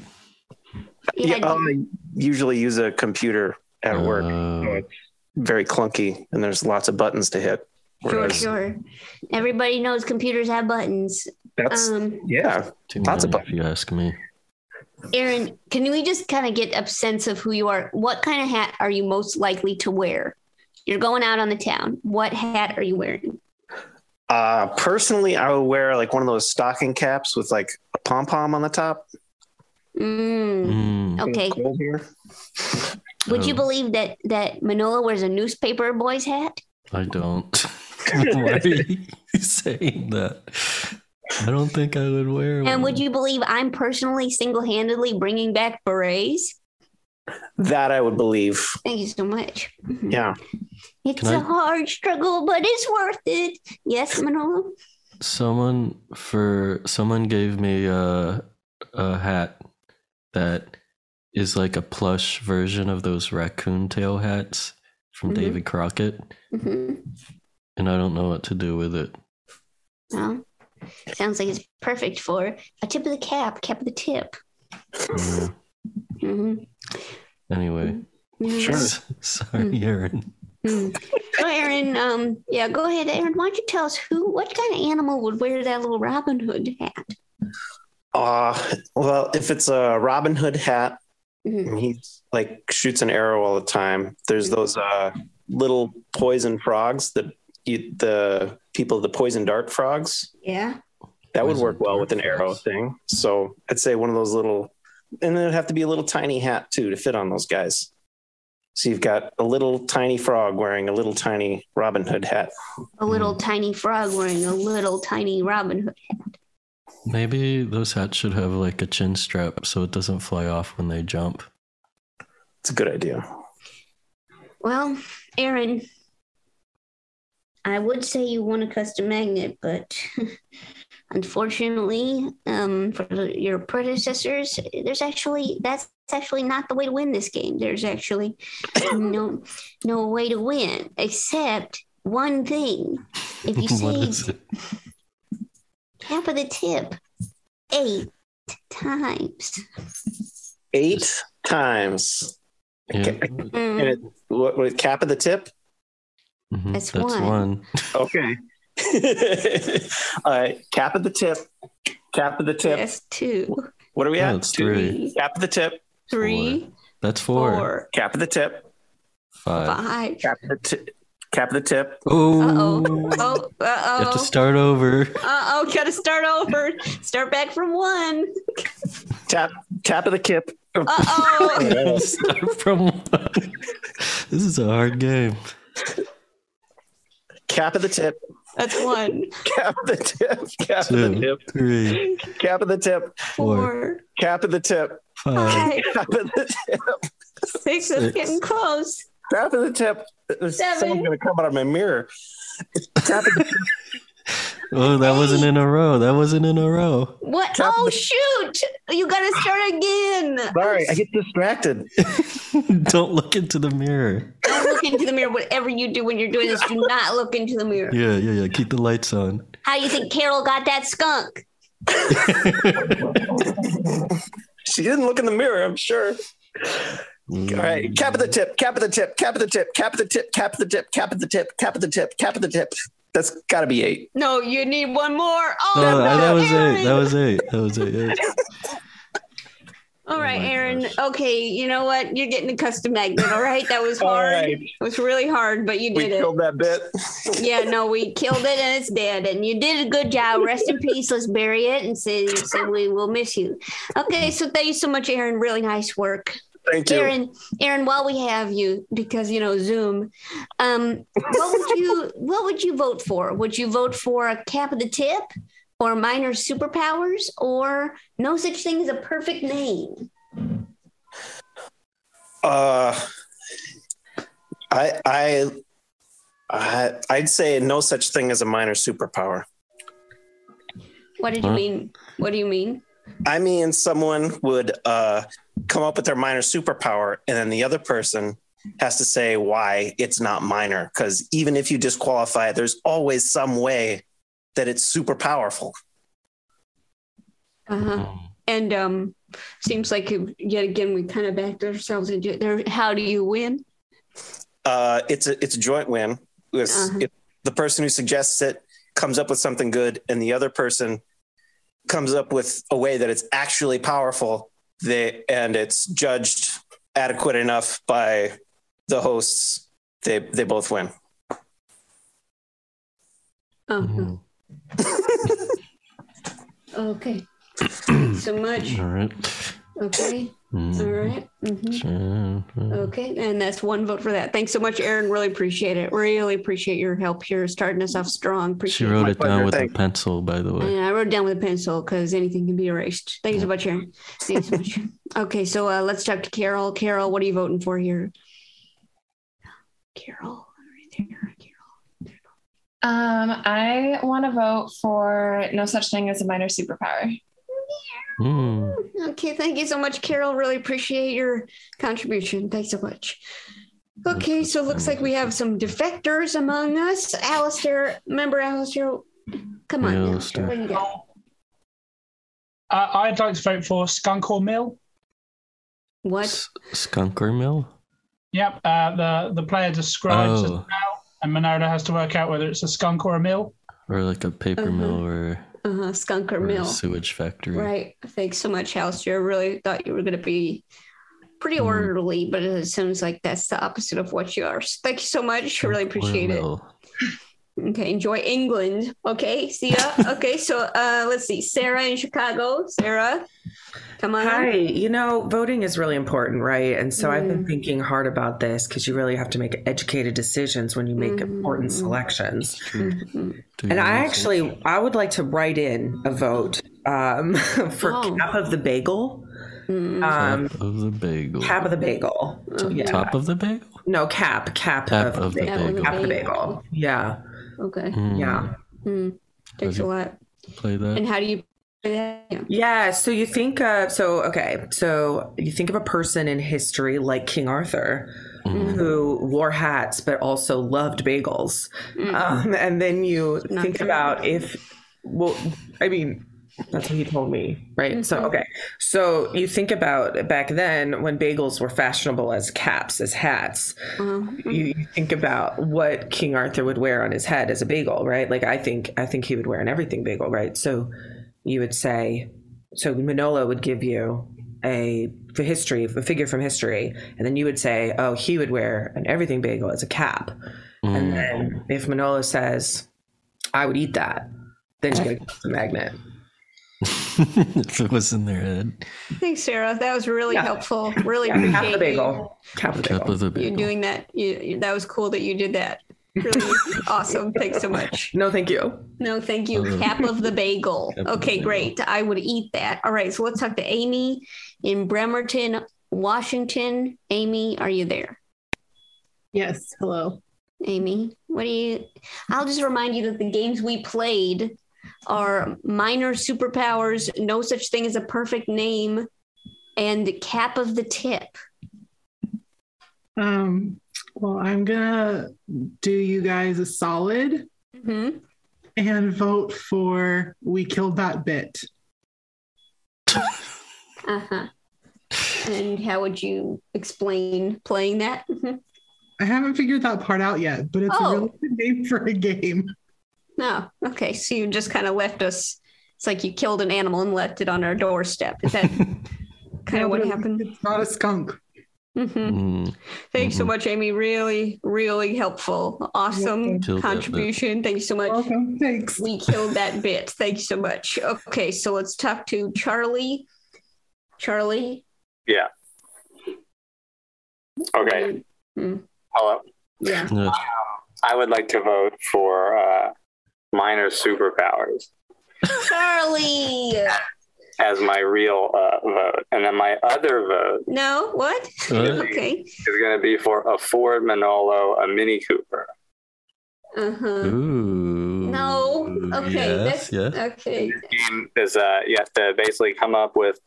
Speaker 1: Yeah,
Speaker 12: yeah, um, I usually use a computer at work. so
Speaker 2: Uh,
Speaker 12: it's very clunky, and there's lots of buttons to hit.
Speaker 1: sure,
Speaker 12: Whereas
Speaker 1: sure. Everybody knows computers have buttons.
Speaker 12: That's
Speaker 1: Um,
Speaker 12: yeah,
Speaker 2: Too
Speaker 12: lots of
Speaker 2: many,
Speaker 12: buttons.
Speaker 2: if you ask me.
Speaker 1: Aaron, can we just kind of get a sense of who you are? What kind of hat are you most likely to wear? You're going out on the town. What hat are you wearing?
Speaker 12: Uh, personally, I would wear like one of those stocking caps with like a pom pom on the top.
Speaker 1: Mm.
Speaker 2: Mm.
Speaker 1: Okay.
Speaker 12: Gold here.
Speaker 1: Would you
Speaker 2: Oh.
Speaker 1: believe that that Manola wears a newspaper boy's hat?
Speaker 2: I
Speaker 12: <laughs>
Speaker 2: don't. <laughs> Why are you saying that? I don't think I would wear one.
Speaker 1: And would you believe I'm personally single-handedly bringing back berets?
Speaker 12: That I would believe.
Speaker 1: Thank you so much.
Speaker 12: Yeah.
Speaker 1: It's
Speaker 2: Can
Speaker 1: a
Speaker 2: I-
Speaker 1: hard struggle, but it's worth it. Yes, Manolo.
Speaker 2: Someone for someone gave me a a hat that is like a plush version of those raccoon tail hats from
Speaker 1: Mhm.
Speaker 2: David Crockett,
Speaker 1: hmm
Speaker 2: and I don't know what to do with it.
Speaker 1: Well, sounds like it's perfect for a tip of the cap, cap of the tip.
Speaker 2: Mm.
Speaker 1: hmm
Speaker 2: Anyway, S-
Speaker 1: Hmm.
Speaker 2: sorry, Aaron.
Speaker 1: Mm. So, Aaron, um, yeah, go ahead, Aaron. Why don't you tell us who, what kind of animal would wear that little Robin Hood hat?
Speaker 12: Uh, well, if it's a Robin Hood hat, and he like shoots an arrow all the time. There's those uh, little poison frogs that eat the people, the poison dart frogs.
Speaker 1: Yeah.
Speaker 12: That would
Speaker 2: Poison
Speaker 12: work well
Speaker 2: dart
Speaker 12: with an arrow
Speaker 2: frogs.
Speaker 12: thing. So I'd say one of those little, and then it'd have to be a little tiny hat too to fit on those guys. So you've got a little tiny frog wearing a little tiny Robin Hood hat.
Speaker 1: A little tiny frog wearing a little tiny Robin Hood.
Speaker 2: Maybe those hats should have like a chin strap so it doesn't fly off when they jump.
Speaker 12: It's a good idea.
Speaker 1: Well, Aaron, I would say you want a custom magnet, but <laughs> unfortunately, um, for the- your predecessors, there's actually that's actually not the way to win this game. There's actually no no way to win except one thing.
Speaker 2: <laughs>
Speaker 1: If you
Speaker 2: What
Speaker 1: say
Speaker 2: is it?
Speaker 1: cap of the tip eight times,
Speaker 12: Eight times.
Speaker 2: Yeah.
Speaker 1: Mm,
Speaker 12: And it, what, what cap of the tip?
Speaker 2: mhm,
Speaker 1: That's one.
Speaker 2: one.
Speaker 12: Okay. <laughs> All right. Cap of the tip. Cap of the tip.
Speaker 1: that's two,
Speaker 12: What are we at?
Speaker 2: That's three.
Speaker 1: three,
Speaker 12: Cap of the tip.
Speaker 1: three,
Speaker 2: That's four.
Speaker 1: four,
Speaker 12: Cap of the tip.
Speaker 2: Five.
Speaker 1: five.
Speaker 12: Cap of the tip. cap the tip.
Speaker 2: Oh,
Speaker 1: Oh,
Speaker 2: you
Speaker 1: uh
Speaker 2: have to
Speaker 1: oh.
Speaker 2: start over.
Speaker 1: Uh oh, gotta start over. Start back from one.
Speaker 12: Tap tap of the kip. Uh <laughs>
Speaker 1: oh.
Speaker 2: <laughs> start from one. This is a hard game.
Speaker 12: Cap of the tip.
Speaker 1: That's one.
Speaker 12: <laughs> Cap of the tip. Cap of the
Speaker 2: Two,
Speaker 12: tip.
Speaker 2: three,
Speaker 12: Cap of the tip.
Speaker 1: Four.
Speaker 12: Cap of the tip.
Speaker 2: five.
Speaker 12: Cap of the tip.
Speaker 1: Six is
Speaker 12: Six.
Speaker 1: getting close.
Speaker 12: Tap of the tip. There's
Speaker 1: Seven.
Speaker 12: someone gonna come out of my mirror. Tap of the tip.
Speaker 2: Oh, that wasn't in a row. That wasn't in a row.
Speaker 1: What? Oh shoot! You gotta start again.
Speaker 12: Sorry, I get distracted.
Speaker 2: <laughs> Don't look into the mirror.
Speaker 1: Don't look into the mirror. Whatever you do when you're doing this, do not look into the mirror.
Speaker 2: Yeah, yeah, yeah. Keep the lights on.
Speaker 1: How do you think Carol got that skunk?
Speaker 12: She didn't look in the mirror, I'm sure. All right, cap of the tip, cap of the tip, cap of the tip, cap of the tip, cap of the tip, cap of the tip, cap of the tip, cap of the tip. That's got to be eight.
Speaker 1: No, you need one more. Oh,
Speaker 2: No, that, that was
Speaker 1: Aaron.
Speaker 2: eight. That was eight. That was <laughs> eight. yeah.
Speaker 1: All right, Aaron. Okay, you know what? You're getting a custom magnet. All right, that was hard. It was really hard, but you
Speaker 12: We
Speaker 1: did it.
Speaker 12: killed that bit.
Speaker 1: Yeah, no, we killed it and it's dead. And you did a good job. Rest in peace. Let's bury it and say, say we will miss you. Okay, so thank you so much, Aaron. Really nice work.
Speaker 12: Thank you.
Speaker 1: Aaron, Aaron, while we have you, because you know Zoom, um, what would you what would you vote for? Would you vote for a cap of the tip, or minor superpowers, or no such thing as a perfect name?
Speaker 12: Uh, I I I I'd say no such thing as a minor superpower.
Speaker 1: What did you
Speaker 12: Huh?
Speaker 1: mean? What do you mean?
Speaker 12: I mean, someone would uh, come up with their minor superpower, and then the other person has to say why it's not minor. Because even if you disqualify, it, there's always some way that it's super powerful.
Speaker 1: Uh-huh. And um, seems like you- yet again we kind of backed ourselves into it. There, how do you
Speaker 2: <laughs>
Speaker 1: win?
Speaker 12: Uh, it's a it's a joint win. It's-
Speaker 1: Uh-huh.
Speaker 12: if the person who suggests it comes up with something good, and the other person comes up with a way that it's actually powerful. They and it's judged adequate enough by the hosts. They they both win.
Speaker 1: Uh-huh.
Speaker 2: Mm. <clears throat>
Speaker 1: Okay. so much.
Speaker 2: All right.
Speaker 1: Okay.
Speaker 2: Mm.
Speaker 1: All right. Mhm.
Speaker 2: Sure.
Speaker 1: Okay, and that's one vote for that. Thanks so much, Aaron. Really appreciate it. Really appreciate your help here, starting us off strong.
Speaker 2: She
Speaker 1: Appreciate
Speaker 2: wrote it down with a pencil, by the way.
Speaker 1: And I wrote it down with a pencil because anything can be erased. Thank you so much, Aaron. Thank you so
Speaker 2: <laughs>
Speaker 1: much. Okay, so uh, let's talk to Carol. Carol, what are you voting for here? Carol.
Speaker 6: Um, I want to vote for no such thing as a minor superpower.
Speaker 2: Mm.
Speaker 1: Okay, thank you so much, Carol. Really appreciate your contribution. Thanks so much. Okay, so looks like we have some defectors among us. Alistair, remember Alistair? Come on,
Speaker 3: Yeah,
Speaker 1: Alistair.
Speaker 3: Alistair.
Speaker 1: What do you got?
Speaker 3: Uh, I'd like to vote for Skunk or Mill.
Speaker 1: What?
Speaker 2: Mm. Skunk or mill?
Speaker 3: Yep. Uh, the the player describes as
Speaker 2: Oh.
Speaker 3: a mill, and Minola has to work out whether it's a skunk or a mill.
Speaker 2: Or like a paper mill or,
Speaker 1: Uh-huh, skunk or
Speaker 2: or a
Speaker 1: mill.
Speaker 2: sewage factory.
Speaker 1: Right. Thanks so much, Alistair. I really thought you were going to be pretty orderly, but it sounds like that's the opposite of what you are. So thank you so much. Really appreciate it. Okay, enjoy England. Okay, see ya. okay, so uh, let's see. Sarah in Chicago. Sarah, come on.
Speaker 4: Hi, you know, voting is really important, right? And so I've been thinking hard about this because you really have to make educated decisions when you make important selections. And I actually, I would like to write in a vote um, <laughs> for cap of the bagel. Um,
Speaker 2: Top of the bagel.
Speaker 4: cap of the bagel. Yeah.
Speaker 2: Top of the bagel?
Speaker 4: No, cap, cap,
Speaker 2: Cap
Speaker 4: of, the bagel. Cap of the bagel. Yeah.
Speaker 1: Okay.
Speaker 4: Yeah.
Speaker 1: Mm, Thanks a lot.
Speaker 2: Play
Speaker 4: Uh,
Speaker 2: that.
Speaker 1: And how do you play that? Yeah.
Speaker 4: Yeah, so you think of so okay, so you think of a person in history like King Arthur who wore hats but also loved bagels. Um, and then you think about if well I mean that's what he told me, right? So okay. So you think about back then when bagels were fashionable as caps, as hats.
Speaker 1: Uh-huh. Mm-hmm.
Speaker 4: You, you think about what King Arthur would wear on his head as a bagel, right? Like I think I think he would wear an everything bagel, right? So you would say so Manolo would give you a for history a figure from history and then you would say oh he would wear an everything bagel as a cap
Speaker 1: Mm.
Speaker 4: And
Speaker 2: Mm.
Speaker 4: then if Manolo says, I would eat that,
Speaker 1: <laughs>
Speaker 4: then you gotta go with the magnet.
Speaker 2: <laughs> if it was in their head.
Speaker 1: Mm. Thanks, Sarah. That was really helpful. Really
Speaker 4: Yeah, half the
Speaker 1: appreciate you,
Speaker 4: bagel. Half the
Speaker 2: Cup of the
Speaker 1: you
Speaker 2: bagel.
Speaker 1: doing that. You, you- that was cool that you did that.
Speaker 4: <laughs>
Speaker 1: Really awesome. Thanks so much.
Speaker 4: No, thank you.
Speaker 1: No, thank you.
Speaker 4: Uh,
Speaker 1: Cap of the bagel.
Speaker 4: Cap of the
Speaker 1: Okay,
Speaker 4: bagel.
Speaker 1: great. I would eat that. All right, so let's talk to Amy in Bremerton, Washington. Amy, are you there?
Speaker 5: Yes, hello.
Speaker 1: Amy, what do you? I'll just remind you that the games we played are minor superpowers, no such thing as a perfect name, and cap of the tip.
Speaker 5: Um, well, I'm gonna do you guys a solid and vote for we killed that bit.
Speaker 1: Uh huh. And how would you explain playing that? Mm-hmm.
Speaker 5: I haven't figured that part out yet, but it's
Speaker 1: Oh.
Speaker 5: a really good name for a game.
Speaker 1: No. Oh, Okay. So you just kind of left us. It's like you killed an animal and left it on our doorstep. Is
Speaker 5: <laughs>
Speaker 1: that kind of what happened?
Speaker 5: It's not a skunk.
Speaker 1: hmm
Speaker 2: Mm.
Speaker 1: Thanks so much, Amy. Really, really helpful. Awesome
Speaker 2: Killed that bit.
Speaker 1: contribution. Thank you so much.
Speaker 5: Welcome. Thanks.
Speaker 1: We killed that bit. Thank you so much. Okay. So let's talk to Charlie. Charlie.
Speaker 10: Yeah. Okay.
Speaker 1: Mm.
Speaker 10: Hello.
Speaker 1: Yeah.
Speaker 10: Oh, um, I would like to vote for uh, minor superpowers
Speaker 2: <laughs>
Speaker 1: Charlie.
Speaker 10: as my real uh, vote, and then my other vote
Speaker 1: No. What? <laughs>
Speaker 10: What?
Speaker 1: okay.
Speaker 10: is going to be for a Ford Manolo, a Mini Cooper.
Speaker 1: Uh huh.
Speaker 2: Ooh.
Speaker 1: No. Okay.
Speaker 10: Yes,
Speaker 1: that's,
Speaker 10: yes.
Speaker 1: Okay.
Speaker 10: game is uh, you have to basically come up with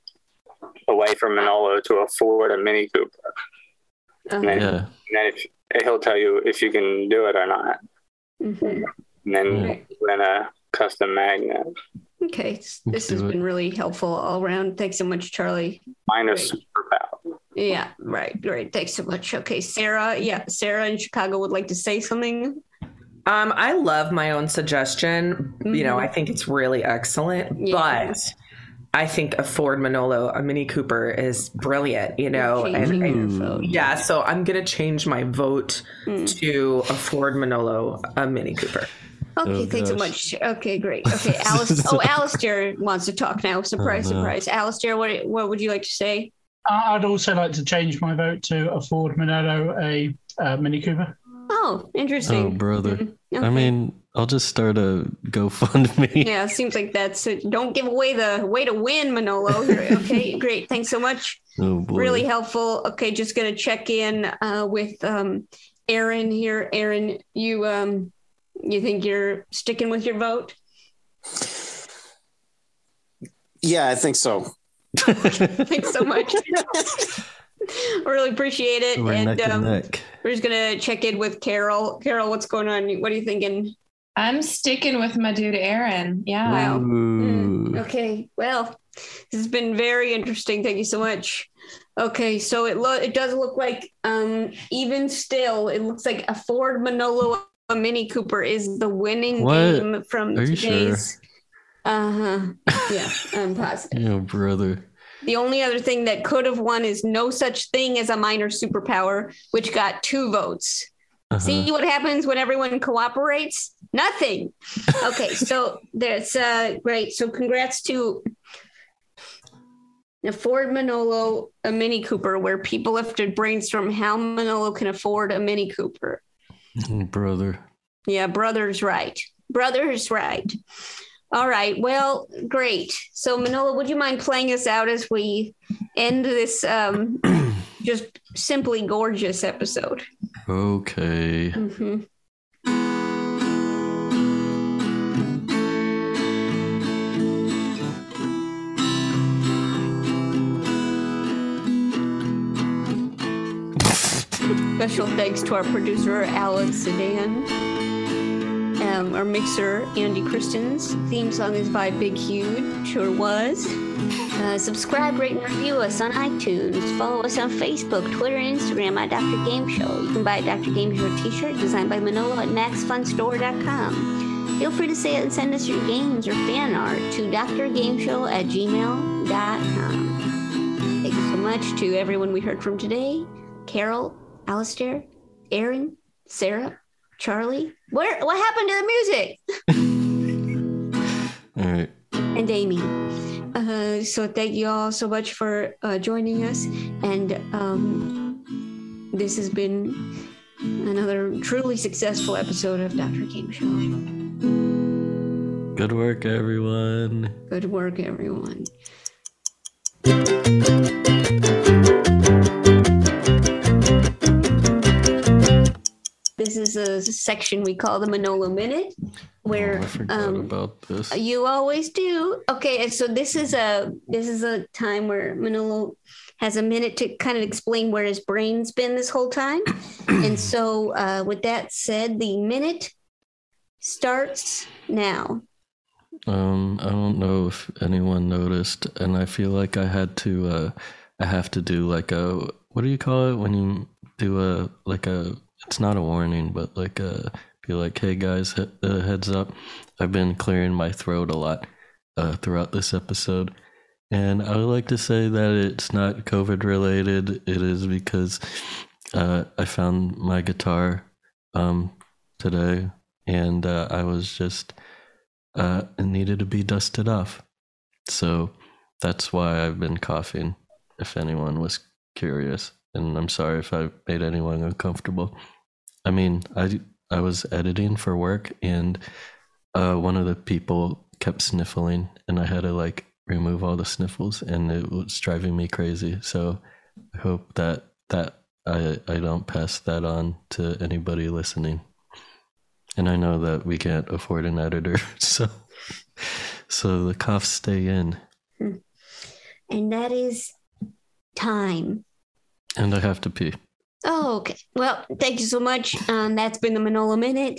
Speaker 10: a way for Manolo to afford a Mini Cooper. And then,
Speaker 2: Yeah.
Speaker 10: and then if, he'll tell you if you can do it or not.
Speaker 1: Mhm.
Speaker 10: And then then a custom magnet.
Speaker 1: Okay. s- This
Speaker 10: Do
Speaker 1: has
Speaker 10: it.
Speaker 1: been really helpful all around. Thanks so much, Charlie.
Speaker 10: Minus
Speaker 1: Yeah, right, right. Thanks so much. Okay, Sarah. Yeah, Sarah in Chicago would like to say something.
Speaker 4: Um, I love my own suggestion. You know,
Speaker 1: Mhm.
Speaker 4: I think it's really excellent,
Speaker 1: Yeah.
Speaker 4: but I think a Ford Manolo, a Mini Cooper, is brilliant. You know,
Speaker 1: You're
Speaker 4: and,
Speaker 1: changing
Speaker 4: and-
Speaker 1: your vote. Mm.
Speaker 4: yeah. So I'm gonna change my vote to a Ford Manolo, a Mini Cooper.
Speaker 1: Okay, thanks so much. Okay, great. Okay, Alice. oh, Alistair wants to talk now. Surprise,
Speaker 4: Oh, no.
Speaker 1: surprise. Alistair, what what would you like to say?
Speaker 3: I- I'd also like to change my vote to afford Manello a uh, Mini Cooper.
Speaker 1: Oh,
Speaker 2: Oh,
Speaker 1: interesting. Mm-hmm.
Speaker 2: brother.
Speaker 1: Okay.
Speaker 2: I mean, I'll just start a GoFundMe.
Speaker 1: <laughs> yeah, seems like that's it. Don't give away the way to win, Manolo. Okay, great. Thanks so much.
Speaker 2: Oh, boy.
Speaker 1: really helpful okay just gonna check in uh, with um aaron here aaron you um you think you're sticking with your
Speaker 2: <laughs>
Speaker 1: vote
Speaker 12: Yeah, I think so.
Speaker 1: thanks so much <laughs> really appreciate it
Speaker 2: We're
Speaker 1: and
Speaker 2: neck and
Speaker 1: um,
Speaker 2: neck.
Speaker 1: we're just gonna check in with carol carol what's going on what are you thinking
Speaker 6: I'm sticking with my dude Aaron. Yeah.
Speaker 1: Wow.
Speaker 2: Mm.
Speaker 1: Mm.
Speaker 2: Ooh.
Speaker 1: Okay. Well, this has been very interesting. Thank you so much. Okay, so it lo- it does look like um even still, it looks like a Ford Manolo a Mini Cooper is the winning
Speaker 2: What?
Speaker 1: game from
Speaker 2: Are you sure?
Speaker 1: today's. Uh huh. Yeah, I'm positive.
Speaker 2: Oh, brother.
Speaker 1: The only other thing that could have won is no such thing as a minor superpower, which got two votes. See what happens when everyone cooperates? Nothing. Okay, so <laughs> that's uh, great. So congrats to a Ford Manolo, a Mini Cooper, where people have to brainstorm how Manolo can afford a Mini Cooper.
Speaker 2: Oh, brother.
Speaker 1: Yeah, brother's right. Brother's right. All right. Well, great. So, Manolo, would you mind playing us out as we end this um, <clears throat> just simply gorgeous episode?
Speaker 2: Okay.
Speaker 1: hmm Special thanks to our producer, Alex Sedan, um, our mixer, Andy Christens. Theme song is by Big Huge, sure was. Uh, subscribe, rate, and review us on iTunes. Follow us on Facebook, Twitter, and Instagram at Dr. Game Show. You can buy a Dr. Game Show t shirt designed by Manolo at maxfunstore.com. Feel free to say and send us your games or fan art to drgameshow at gmail.com. Thank you so much to everyone we heard from today Carol, Alistair, Aaron, Sarah, Charlie, where what happened to the music?
Speaker 2: All right.
Speaker 1: and Amy. Uh, so thank you all so much for uh, joining us, and um, this has been another truly successful episode of Dr. King Show.
Speaker 2: Good work, everyone.
Speaker 1: Good work, everyone. This is a section we call the Manolo Minute, where um,
Speaker 2: Oh, About this.
Speaker 1: you always do. Okay, and so this is a this is a time where Manolo has a minute to kind of explain where his brain's been this whole
Speaker 2: <clears throat>
Speaker 1: time. and so, uh, with that said, the minute starts now.
Speaker 2: Um, I don't know if anyone noticed, and I feel like I had to. Uh, I have to do like a what do you call it when you do a like a. It's not a warning, but like a be like, hey guys, he- uh, heads up. I've been clearing my throat a lot uh, throughout this episode, and I would like to say that it's not COVID related. It is because uh, I found my guitar um, today, and uh, I was just uh, it needed to be dusted off. So that's why I've been coughing, if anyone was curious. And I'm sorry if I made anyone uncomfortable. I mean, I, I was editing for work and uh, one of the people kept sniffling, and I had to like remove all the sniffles, and it was driving me crazy. So I hope that that I, I don't pass that on to anybody listening. And I know that we can't afford an editor, <laughs> so so the coughs stay in.
Speaker 1: And that is time.
Speaker 2: And I have to pee.
Speaker 1: Oh, okay. Well, thank you so much. Um, that's been the Manola Minute.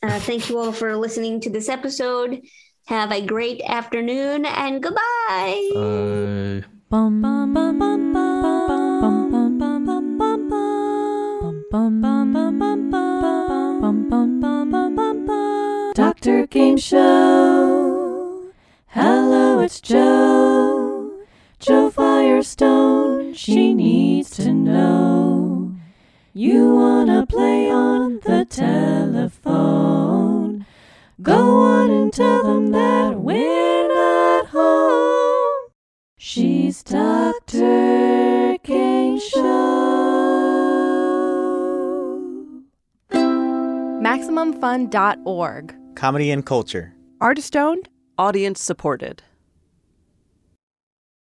Speaker 1: Uh, thank you all for listening to this episode. Have a great afternoon and goodbye.
Speaker 2: Uh,
Speaker 7: Bum bum bum bum bum bum bum bum bum bum bum bum bum bum bum bum bum bum bum bum Doctor Game Show. Hello, it's Joe. Joe Firestone. She needs to know. You wanna play on the telephone? Go on and tell them that we're not home. She's Dr. Game Show.
Speaker 13: MaximumFun.org.
Speaker 14: Comedy and culture.
Speaker 13: Artist owned, audience supported.